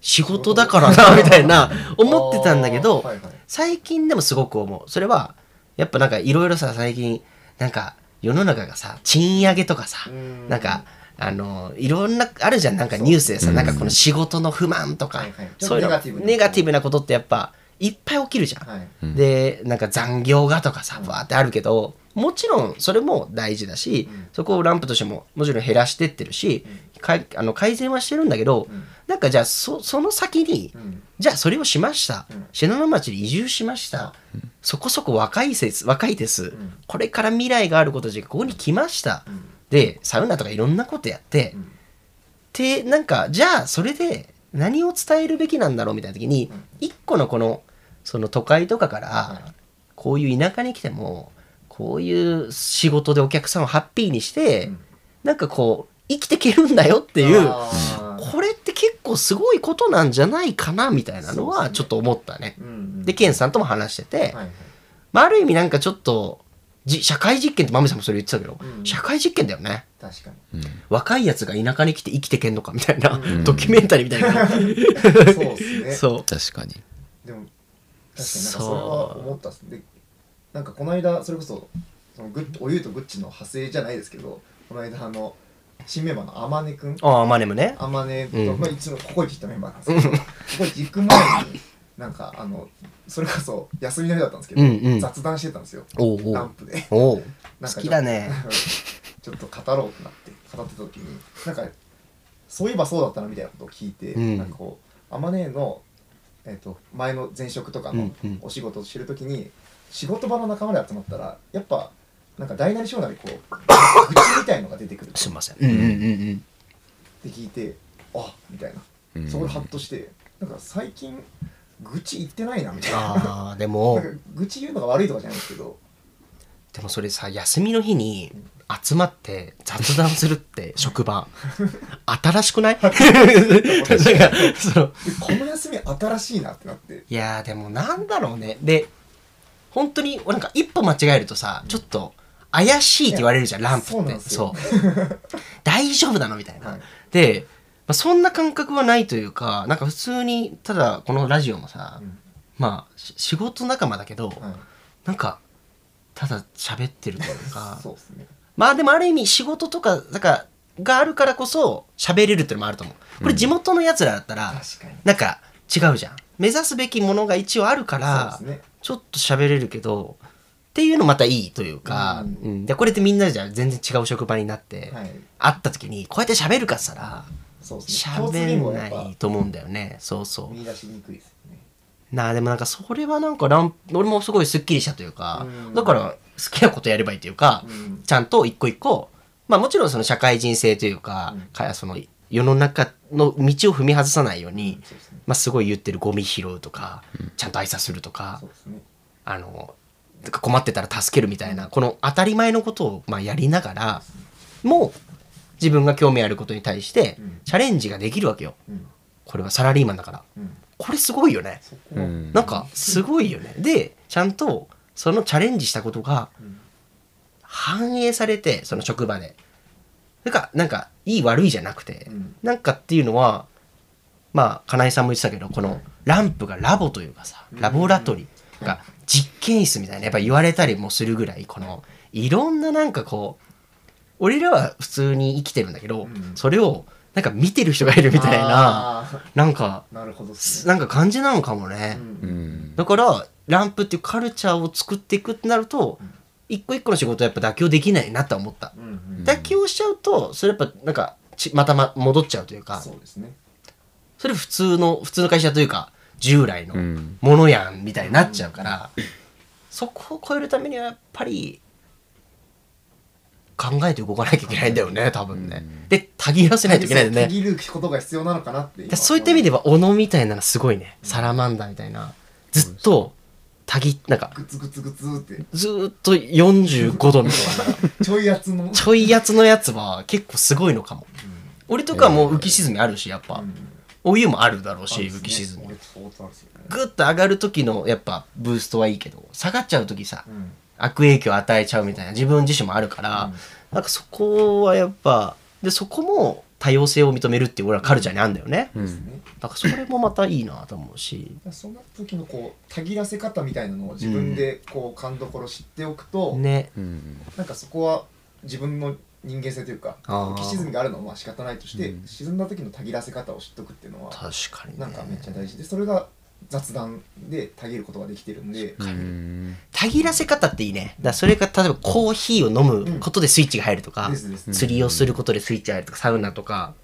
S2: 仕事だからなみたいな思ってたんだけど
S6: あーはいはい
S2: 最近でもすごく思うそれはやっぱなんかいろいろさ最近なんか世の中がさ賃上げとかさ
S6: うん
S2: なんかあのいろんなあるじゃんなんかニュースでさなんかこの仕事の不満とか
S6: はいはい
S2: そういうの
S6: ちょっとネガティブな
S2: ネガティブなことってやっぱいっぱい起きるじゃん。
S6: はい
S2: でなんか残業がとかさバーってあるけどもちろんそれも大事だし、そこをランプとしてももちろん減らしてってるし、かいあの改善はしてるんだけど、なんかじゃあそその先に、
S6: ん
S2: じゃあそれをしました、信濃町に移住しました、そこそこ若いせす若いです、これから未来があることでここに来ました、でサウナとかいろんなことやって、でなんかじゃあそれで何を伝えるべきなんだろうみたいな時に一個のこのその都会とかからこういう田舎に来てもこういう仕事でお客さんをハッピーにしてなんかこう生きていけるんだよっていう
S6: あー
S2: ここれって結構すごいことなんじゃないかなみたいなの
S6: そう
S2: は
S6: ですね
S2: ちょっと思ったね。
S6: うんうん、
S2: で、ケンさんとも話してて、
S6: はいはい
S2: まあ、ある意味なんかちょっとじ社会実験ってマミさんもそれ言ってたけど、
S6: うん
S2: 社会実験だよね
S6: 確かに
S2: 若いやつが田舎に来て生きてけんのかみたいな、
S6: う
S2: [LAUGHS]
S6: ん
S2: ドキュメンタリーみたいな、
S6: そうですね
S2: そう
S4: 確かに
S6: でも確かになんかそれは思ったっすでなんかこの間それこそそのグッおゆうとグッチの派生じゃないですけどこの間あの新メンバーのあまねくん
S2: ああマネムね
S6: あまねと、
S2: うん
S6: まあ、いつもここに来たメンバーなんですけどここに行く前になんかあのそれこそ休みの日だったんですけど、
S2: うんうん
S6: 雑談してたんですよ
S2: おうお
S6: ラン
S2: う
S6: プで
S2: おう
S6: なんか
S2: 好きだね
S6: [LAUGHS] ちょっと語ろうってなって語ってた時になんかそういえばそうだったなみたいなことを聞いて、
S2: うん
S6: なんかこうあまねの、えっと前の前職とかの
S2: うんうん
S6: お仕事をしてる時に、仕事場の仲間で集まったらやっぱなんか大なり小なりこう愚痴みたいのが出てくるっ
S2: すいません、
S4: んうん
S2: うん
S6: て聞いてあみたいな
S4: うん
S6: そこでハッとしてなんか最近愚痴言ってないなみたいな
S2: ああで
S6: な [LAUGHS]
S2: も
S6: んか愚痴言うのが悪いとかじゃないんですけど
S2: でもそれさ休みの日に集まって雑談する
S6: [LAUGHS]
S2: って職場新しくないなんか
S6: [LAUGHS]
S2: その
S6: でこの休み新しいなってなって
S2: いやーでもなんだろうねで本当になんか一歩間違えるとさ、ちょっと怪しいって言われるじゃん
S6: いや
S2: ランプ
S6: そ
S2: っ
S6: うなん
S2: て
S6: ですよ
S2: そう大丈夫なのみたいな、
S6: はい
S2: で、まあ、そんな感覚はないというかなんか普通にただこのラジオもさ、
S6: うん
S2: まあし仕事仲間だけど、
S6: はい
S2: なんかただ喋ってるという
S6: [LAUGHS]
S2: か
S6: そうですね
S2: まあでもある意味仕事とかなんかがあるからこそ喋れるってのもあると思うこれ地元のやつらだったら、
S6: 確かに
S2: なんか違うじゃん目指すべきものが一応あるから、
S6: そうですね
S2: ちょっと喋れるけどっていうのまたいいというか、
S6: うん
S2: うんでこれってみんなじゃ全然違う職場になって、
S6: はい
S2: 会った時にこうやって喋るかっつったら
S6: そうですね共通言語
S2: 喋ん
S6: はや
S2: な
S6: っぱ
S2: いと思うんだよねそうそう
S6: 見出しにくいですよね
S2: なあでもなんかそれはなんかラン俺もすごいすっきりしたというか、
S6: うん
S2: だから好きなことやればいいというか、
S6: うん
S2: ちゃんと一個一個まあもちろんその社会人性というか,、
S6: うん
S2: かその世の中の道を踏み外さないように、
S6: そうですね
S2: まあ、すごい言ってるゴミ拾うとか、ちゃんと挨拶するとか
S6: そうですね
S2: あのてか困ってたら助けるみたいなこの当たり前のことをまあやりながらもう自分が興味あることに対して
S6: うん
S2: チャレンジができるわけよ
S6: うん
S2: これはサラリーマンだから
S6: うん
S2: これすごいよね
S6: そこ
S4: う
S6: は
S4: ん
S2: なんかすごいよねでちゃんとそのチャレンジしたことが
S6: うん
S2: 反映されてその職場でだからなんかいい悪いじゃなくて
S6: うん
S2: なんかっていうのはまあ金井さんも言ってたけどこのランプがラボというかさラボラトリーが実験室みたいなやっぱ言われたりもするぐらいこのいろんななんかこう俺らは普通に生きてるんだけど
S6: うん
S2: それをなんか見てる人がいるみたいな
S6: あ
S2: なんか
S6: ーなるほどっすね
S2: なんか感じなのかもね
S6: うん
S4: うん
S2: だからランプっていうカルチャーを作っていくってなると一個一個の仕事はやっぱ妥協できないなとは思った
S6: うんうん
S2: 妥協しちゃうとそれやっぱなんかちまたま戻っちゃうというか
S6: そうですね
S2: それ普通の普通の会社というか従来
S4: う
S2: の
S4: ん
S2: ものやんみたいになっちゃうから、そこを超えるためにはやっぱり考えて動かなきゃいけないんだよね多分ね、でたぎらせないといけないよね
S6: そう区切ることが必要なのかなって
S2: でそういった意味
S6: で
S2: では斧みたいなのすごいねサラマンダーみたいなずっとたぎなんか
S6: グツグツグツって
S2: ずーっと45度みたいな
S6: ちょいやつ
S2: [LAUGHS]
S6: の
S2: ちょいやつのやつは結構すごいのかも、俺とかもう浮き沈みあるしやっぱ、お湯もあるだろうし浮き沈み
S6: 俺相当あるっすよね
S2: グッと上がる時のやっぱブーストはいいけど下がっちゃう時さ、
S6: うん
S2: 悪影響を与えちゃうみたいな自分自身もあるから、なんかそこはやっぱでそこも多様性を認めるっていう俺はカルチャーにあるんだよね、
S4: う
S6: です
S4: ん
S6: ね
S2: だからそれもまたいいなと思うし、
S6: そんな時のこうたぎらせ方みたいなのを自分でこう勘どころ知っておくと
S2: ね
S4: うん
S6: なんかそこは自分の人間性というか
S2: あー
S6: 浮き沈みがあるのはまあ仕方ないとして、沈んだ時のたぎらせ方を知っとくっていうのは
S2: 確かに
S6: なんかめっ
S2: ね
S6: ちゃ大事でそれが雑談でたぎることができてるんで
S4: うん
S2: たぎらせ方っていいねだからそれが例えばコーヒーを飲むことでスイッチが入るとか、
S6: ですです
S2: 釣りをすることでスイッチが入るとかサウナとか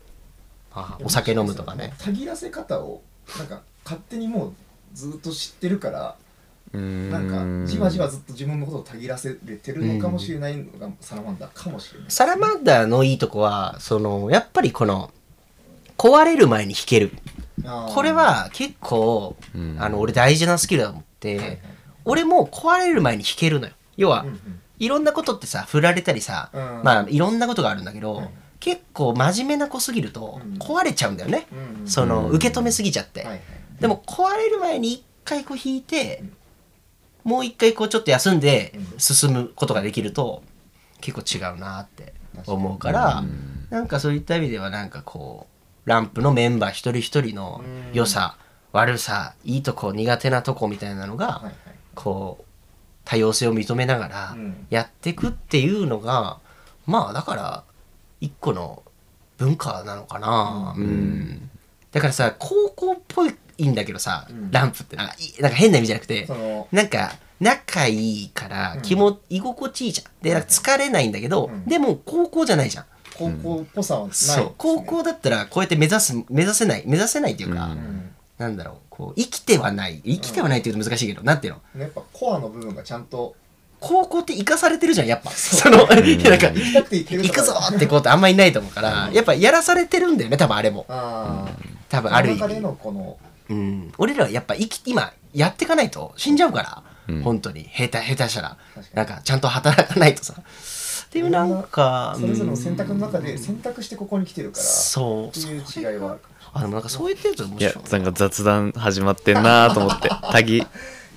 S2: あお酒飲むとかね
S6: たぎらせ方をなんか勝手にもうずっと知ってるから
S4: うん
S6: なんかじわじわずっと自分のことをたぎらせれてるのかもしれないのがサラマンダーかもしれない
S2: サラマンダーのいいとこはそのやっぱりこの壊れる前に弾ける
S6: あー
S2: これは結構、
S4: うん
S2: あの俺大事なスキルだと思って、俺も壊れる前に弾けるのよ要は、
S6: うんうん
S2: いろんなことってさ振られたりさ、
S6: うん
S2: まあいろんなことがあるんだけど、
S6: はい
S2: 結構真面目な子すぎると
S6: うん
S2: 壊れちゃうんだよね、
S6: うんうん
S2: その
S4: うん
S2: 受け止めすぎちゃって、
S6: はいはい
S2: でも壊れる前に一回こう引いて、もう一回こうちょっと休んで
S6: うん
S2: 進むことができると結構違うなって思うから、
S4: うん
S2: なんかそういった意味ではなんかこうランプのメンバー一人一人の良さ、悪さいいとこ苦手なとこみたいなのが、
S6: はいはい
S2: こう多様性を認めながら
S6: うん
S2: やっていくっていうのが、まあだから一個の文化なのかな、うんだからさ高校っぽいんだけどさ、
S6: うん
S2: ランプってなんかいなんか変な意味じゃなくて
S6: その
S2: なんか仲いいから
S6: うん
S2: 気も、居心地いいじゃんでなんか疲れないんだけど、
S6: うん
S2: でも高校じゃないじゃん、
S6: 高校っぽさはないです
S2: そ
S6: ね
S2: う高校だったらこうやって目指す目指せない目指せないっていうか、
S4: うん
S6: うん
S2: なんだろうこう生きてはない生きてはないっていうと難しいけど、なんていうの
S6: やっぱコアの部分がちゃんと
S2: 高校って生かされてるじゃんやっぱその [LAUGHS] いやなんか
S6: 行きたくて行ってる
S2: 行
S6: とか
S2: くぞって子ってあんまいないと思うから、やっぱやらされてるんだよね多分あれも
S6: ああ
S2: 多分ある意
S6: 中で
S2: 味、
S6: のこの
S2: うん、俺らはやっぱ生き今やってかないと死んじゃうから、
S4: うん
S2: 本当に下手下手したら
S6: 確か
S2: なん
S6: に
S2: かちゃんと働かないとさっていうなんか
S6: それぞれの選択の中
S2: う
S6: で
S2: ん
S6: 選択してここに来てるからっ
S2: そう
S6: ていう
S2: そ
S6: 違
S2: れ
S6: いは
S2: があ
S6: あるかも
S2: でもなんかそう言ってると面
S4: いや
S2: 白い
S4: なんか雑談始まってんなと思ってタギ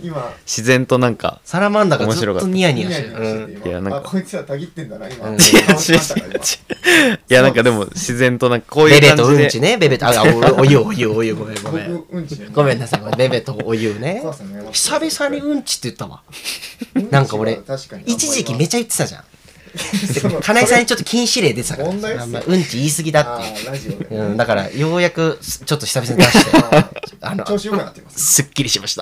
S6: 今
S4: 自然となんか
S2: サラマンダがずっとニヤニ
S6: ニ
S2: ヤ
S6: ヤ
S2: して
S6: ニヤして
S2: る
S6: て
S4: いやなん
S6: 今
S4: か
S6: あこいつらたぎってんだな今
S2: うん
S6: 違
S4: 違う [LAUGHS] 違う違ういやなんかでも自然となんかこう
S2: ベ
S4: い
S2: ベ
S4: う
S2: とうん
S4: 感
S2: ち
S4: じで
S2: ねベベとあおお湯お湯お湯ごめんごめん
S6: 僕うんち
S2: [LAUGHS] ごめんなさいごめんベベとお湯ね
S6: そうですね
S2: 久々にうんちって言ったわなんか俺一時期め
S6: ち
S2: ちゃ言ってた
S6: [LAUGHS]
S2: じゃん
S6: ゃ
S2: 金井さんにちょっと禁止令出てたから
S6: 問題っすよ
S2: あんまうんち言い過ぎだって
S6: ラジオで
S2: うん、だからようやくすちょっと久々に出して
S6: [LAUGHS] あ
S2: あの
S6: 調子良くなってます
S2: すっきりしま
S6: [LAUGHS]
S2: した。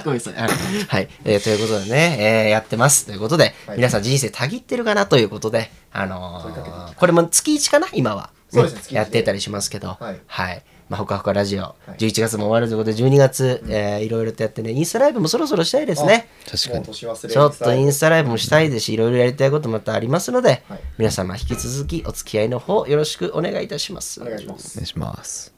S2: ごめんなさい。はい。はいえーということでね、えーやってます。ということで、
S6: はい
S2: 皆さん人生たぎってるかなということで、あのー
S6: 問いかけていきま
S2: これも月1かな今は。
S6: そうですね月一で
S2: やってたりしますけど、
S6: はい
S2: まあ、ほかほかラジオ、
S6: い
S2: 11月も終わるということで、12月、えーいろいろとやってね、インスタライブもそろそろしたいですね。
S4: 確か
S6: もう
S4: に
S6: 年忘れ
S2: ちょっとイン
S6: ス
S2: スタライブもしたいですし、いろいろやりたいことまたありますので、
S6: はい
S2: 皆様引き続きお付き合いの方よろしくお願いいたします。
S6: お願いしま
S4: お
S6: す
S4: 願いします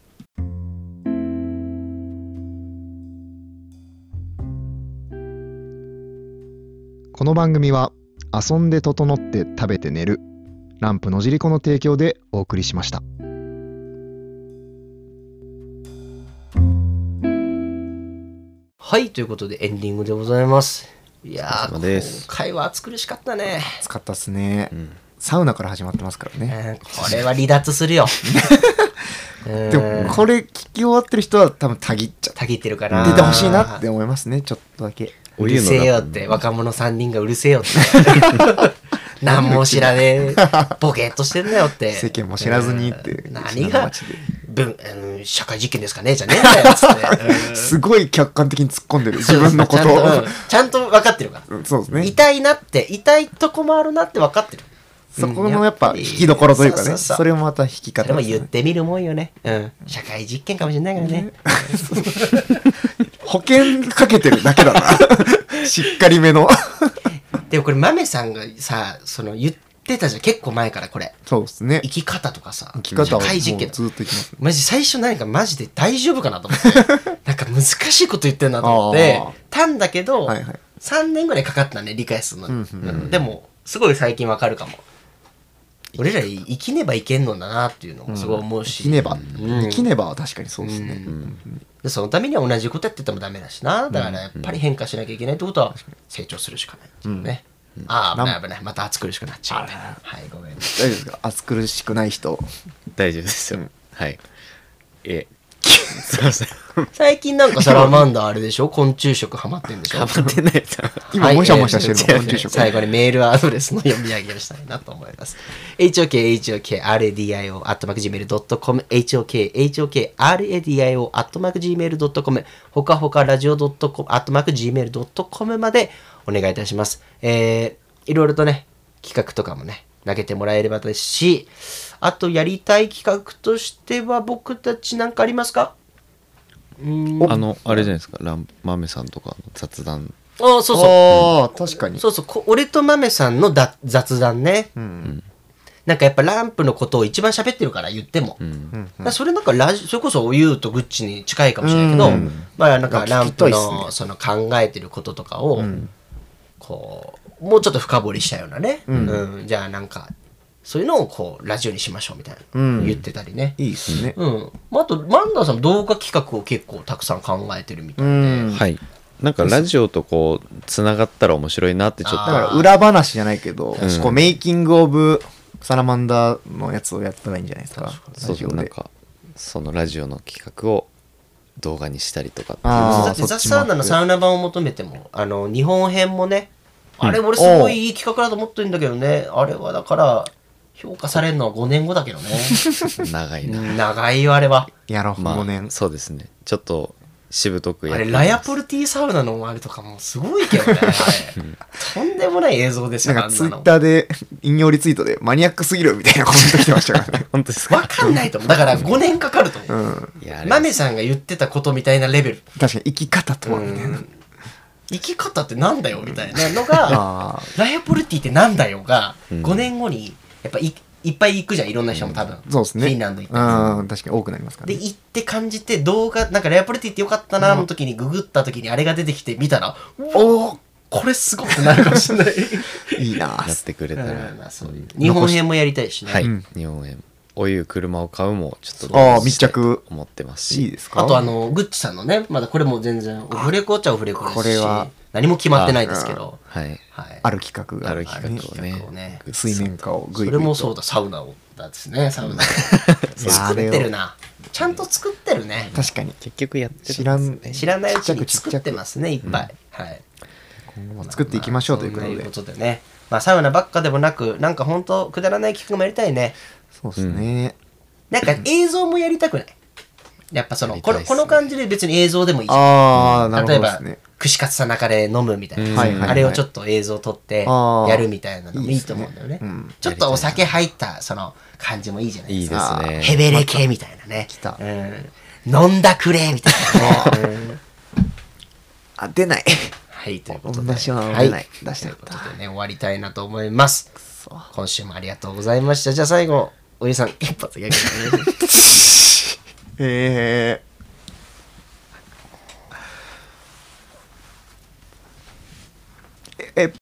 S7: この番組は遊んで整って食べて寝るランプのじりこの提供でお送りしました。
S2: はい、ということでエンディングでございます。いや
S4: お疲れ様で
S2: ー、
S4: す
S2: 今回は暑苦しかったね。
S3: 使ったっすね、
S4: ん
S3: サウナから始まってますからね、
S2: うんこれは離脱するよ。うん
S3: [LAUGHS] でもこれ聞き終わってる人は多分たぎっちゃ
S2: たぎってるか
S3: っ
S2: ら。
S3: て出てほしいなって思いますねちょっとだけ
S2: うるせえよって、若者3人がうるせえよって。
S3: [LAUGHS]
S2: 何も知らねえ、ボケっとしてんだよって。
S3: 世間も知らずにって
S2: うん
S3: う
S2: 何
S3: ちの
S2: が
S3: 街で
S2: 文、うん社会実験ですかねじゃねえんだよっつって。うん
S3: すごい客観的に突っ込んでる [LAUGHS] 自分のこ
S2: ちゃんうん
S3: と
S2: ちゃんと分かってるから。
S3: うんそうですね
S2: 痛いなって、痛いとこもあるなって分かってる。
S3: そこのやっぱ引きどころというか
S2: そ
S3: ね
S2: うそうそう
S3: それもまた引き
S2: で
S3: 方
S2: も
S3: です
S2: 言っ
S3: ね
S2: てみるもんよね。うん。社会実験かもしれないからね。
S3: 保険かけてるだけだ
S6: [LAUGHS]
S3: なしっかりめの
S2: でもこれ、豆さんがさ、その言ってたじゃん。結構前からこれ。
S3: そうですね
S2: 生き方とかさ。
S3: 生き方
S2: 社
S3: はもう
S2: 会
S3: ず
S2: 実
S3: っ
S2: 験
S3: といきます
S2: マジ最初なんかマジで大丈夫かなと思
S3: [LAUGHS]
S2: って。なんか難しいこと言ってんなと思って
S3: あー。
S2: たんだけど、
S3: はいはい
S2: 3年ぐらいかかったね、理解するのに。
S3: うん
S2: うんでも、すごい最近わかるかも。俺ら生きねばいけんのだなっていうのもすごい思うし。
S3: 生きねば
S2: ん
S3: 生きねばは確かにそうですね
S2: でそのためには同じことやっててもダメだしなだからやっぱり変化しなきゃいけないってことは成長するしかない、ねああ危ない危ないまた暑苦しくなっちゃうねはいごめん
S3: 大丈夫ですか暑苦しくない人
S4: 大丈夫ですよはいえすいません
S2: 最近なん
S3: [LAUGHS]
S2: かサラマンダーあれでしょ昆虫食ハマってんでしょ
S4: ハマってないな
S3: 今もしゃもしゃして
S2: は
S3: るの
S2: い
S3: 昆虫食
S2: 最後にメールアドレスの読み上げをしたいなと思います hokhokradio.gmail.com hokhokradio.gmail.com ほかほかラジオ .com.gmail.com までお願いいたしますえーいろいろとね企画とかもね投げてもらえればですしあとやりたい企画としては僕たちなんかありますかうーんあ
S4: あのあれじゃないですかランマメさんとかの雑談
S2: そうそう
S3: ああ確かに
S2: そうそうこ俺と豆さんのだ雑談ね、なんかやっぱランプのことを一番喋ってるから言っても、
S4: うん
S2: だからそれなんかラジそれこそユウとグッチに近いかもしれないけど、まあなんかランプ
S3: 聞きたいっす
S2: のその考えてることとかを、こうもうちょっと深掘りしたようなね、うんじゃあなんかそういうのをこうラジオにしましょうみたいな、
S3: うん
S2: 言ってたりね。
S3: いいですね。
S2: うん、まああとマンダーさん動画企画を結構たくさん考えてるみたいで、
S3: うん
S4: はいなんかラジオとこうつながったら面白いなってちょっ
S2: あ
S4: と
S2: ー
S3: だから裏話じゃないけど、
S4: うん
S3: こうメイキングオブサラマンダーのやつをやったらいいんじゃないですか。
S4: そうそうなんかそのラジオの企画を動画にしたりとかっていう
S3: あー
S2: だって
S3: そ
S2: ザ・
S3: っちも
S2: サウナのサウナ版を求めてもあの日本編もねあれ俺すごいいい企画だと思ってるんだけどね、あれはだから評価されるのは5年後だけど
S3: [LAUGHS]
S2: ね
S4: 長いな、
S2: 長いよあれは
S3: やろう、
S4: まあ
S3: 5年。
S4: そうですねちょっとしぶとく
S2: あれ
S4: て。
S2: ラヤプルティサウナのあれとかもすごいけどねあ
S3: [LAUGHS]
S2: れとんでもない映像です
S3: な
S2: よ
S3: んか
S2: あ
S3: ツイ
S2: の
S3: ッターで引用リツイートでマニアックすぎるみたいなコメント来てましたからね
S4: [LAUGHS] 本当です
S2: わ
S4: か
S2: かんないと思うだから5年かかると思う、
S4: いやあれ
S2: マメさんが言ってたことみたいなレベル
S3: 確かに生き方とはみたいな。
S2: 生き方ってなんだよみたいなの
S3: [LAUGHS]
S2: が
S3: あ
S2: ラヤポルティってなんだよが
S4: うん
S2: 5年後にやっぱいいっぱい行くじゃんいろんな人も多分、
S3: あ、そうですね。
S2: フィンランド行った
S3: うん、確かに多くなりますから
S2: で
S3: ね。
S2: 行って感じて動画なんかラヤポルティってよかったなの時にググった時にあれが出てきて見たらおおこれすごいってなるかもしれない
S3: [LAUGHS] いいな
S4: や
S3: ぁ
S4: ってくれたら、
S2: うんまあそういう日本編もやりたいしね、
S4: はい、
S3: うん
S4: 日本円お湯車を買うもちょっと
S3: あー密着
S4: 思ってます
S3: いい
S4: し
S3: ですか
S2: あとあ、のグッチさんのねまだこれも全然オフレコっちゃオフレコですし
S3: これは
S2: 何も決まってないですけど、
S4: はい
S2: はい、
S3: ある企画が
S4: あ
S3: あ
S4: る企
S3: ね
S4: 画をね
S2: 企画をね
S3: 水面下をグイ
S2: そ
S3: グイ
S2: れ
S3: と。
S2: もそうだサウナをだですねサウナ作ってるなちゃんと作ってるね
S3: 確かに。
S4: 結局やって
S3: 知らん、
S2: 知らないうち
S3: ちっ
S2: に
S3: ちゃくちっちゃく
S2: 作ってますねいっぱい、はい
S3: もう作っていきましょうということ
S2: まあそんな
S3: で。
S2: ことでねまあサウナばっかでもなくなんか本当くだらない企画もやりたいね
S3: そうですね。
S2: なんか映像もやりたくないやっぱその、
S4: やりた
S2: こ
S4: いっす
S2: の
S4: ね
S2: この感じで別に映像でもいいじゃん
S3: ああ、なるほ
S2: 例え
S3: どで
S2: ば
S3: すね。
S2: 串カツ田中で飲むみたいな、
S4: うん
S3: はいはいはい
S2: あれをちょっと映像撮って
S3: あー
S2: やるみたいなのもい
S3: いい
S2: い
S3: っすね
S2: と思うんだよね
S3: うん
S2: ちょっとお酒入ったその感じもいいじゃない
S4: い
S2: で
S4: い
S2: す
S4: で
S2: か
S4: す
S3: あ
S4: ね
S2: ヘベレ系みたいなね
S3: 来た
S2: うん、飲んだくれみたいなね、 [LAUGHS] うん
S3: あ、出ない。
S2: はいということで
S3: 同じようなの
S2: は
S3: 出
S2: い
S3: ない。出し
S2: とい
S3: てな
S2: うこ
S3: かっ
S2: と
S3: た。
S2: でね終わりたいなと思います
S3: そ
S2: 今週もありがとうございましたじゃあ最後おじさん一発ギャグお願いします
S3: えーえ。え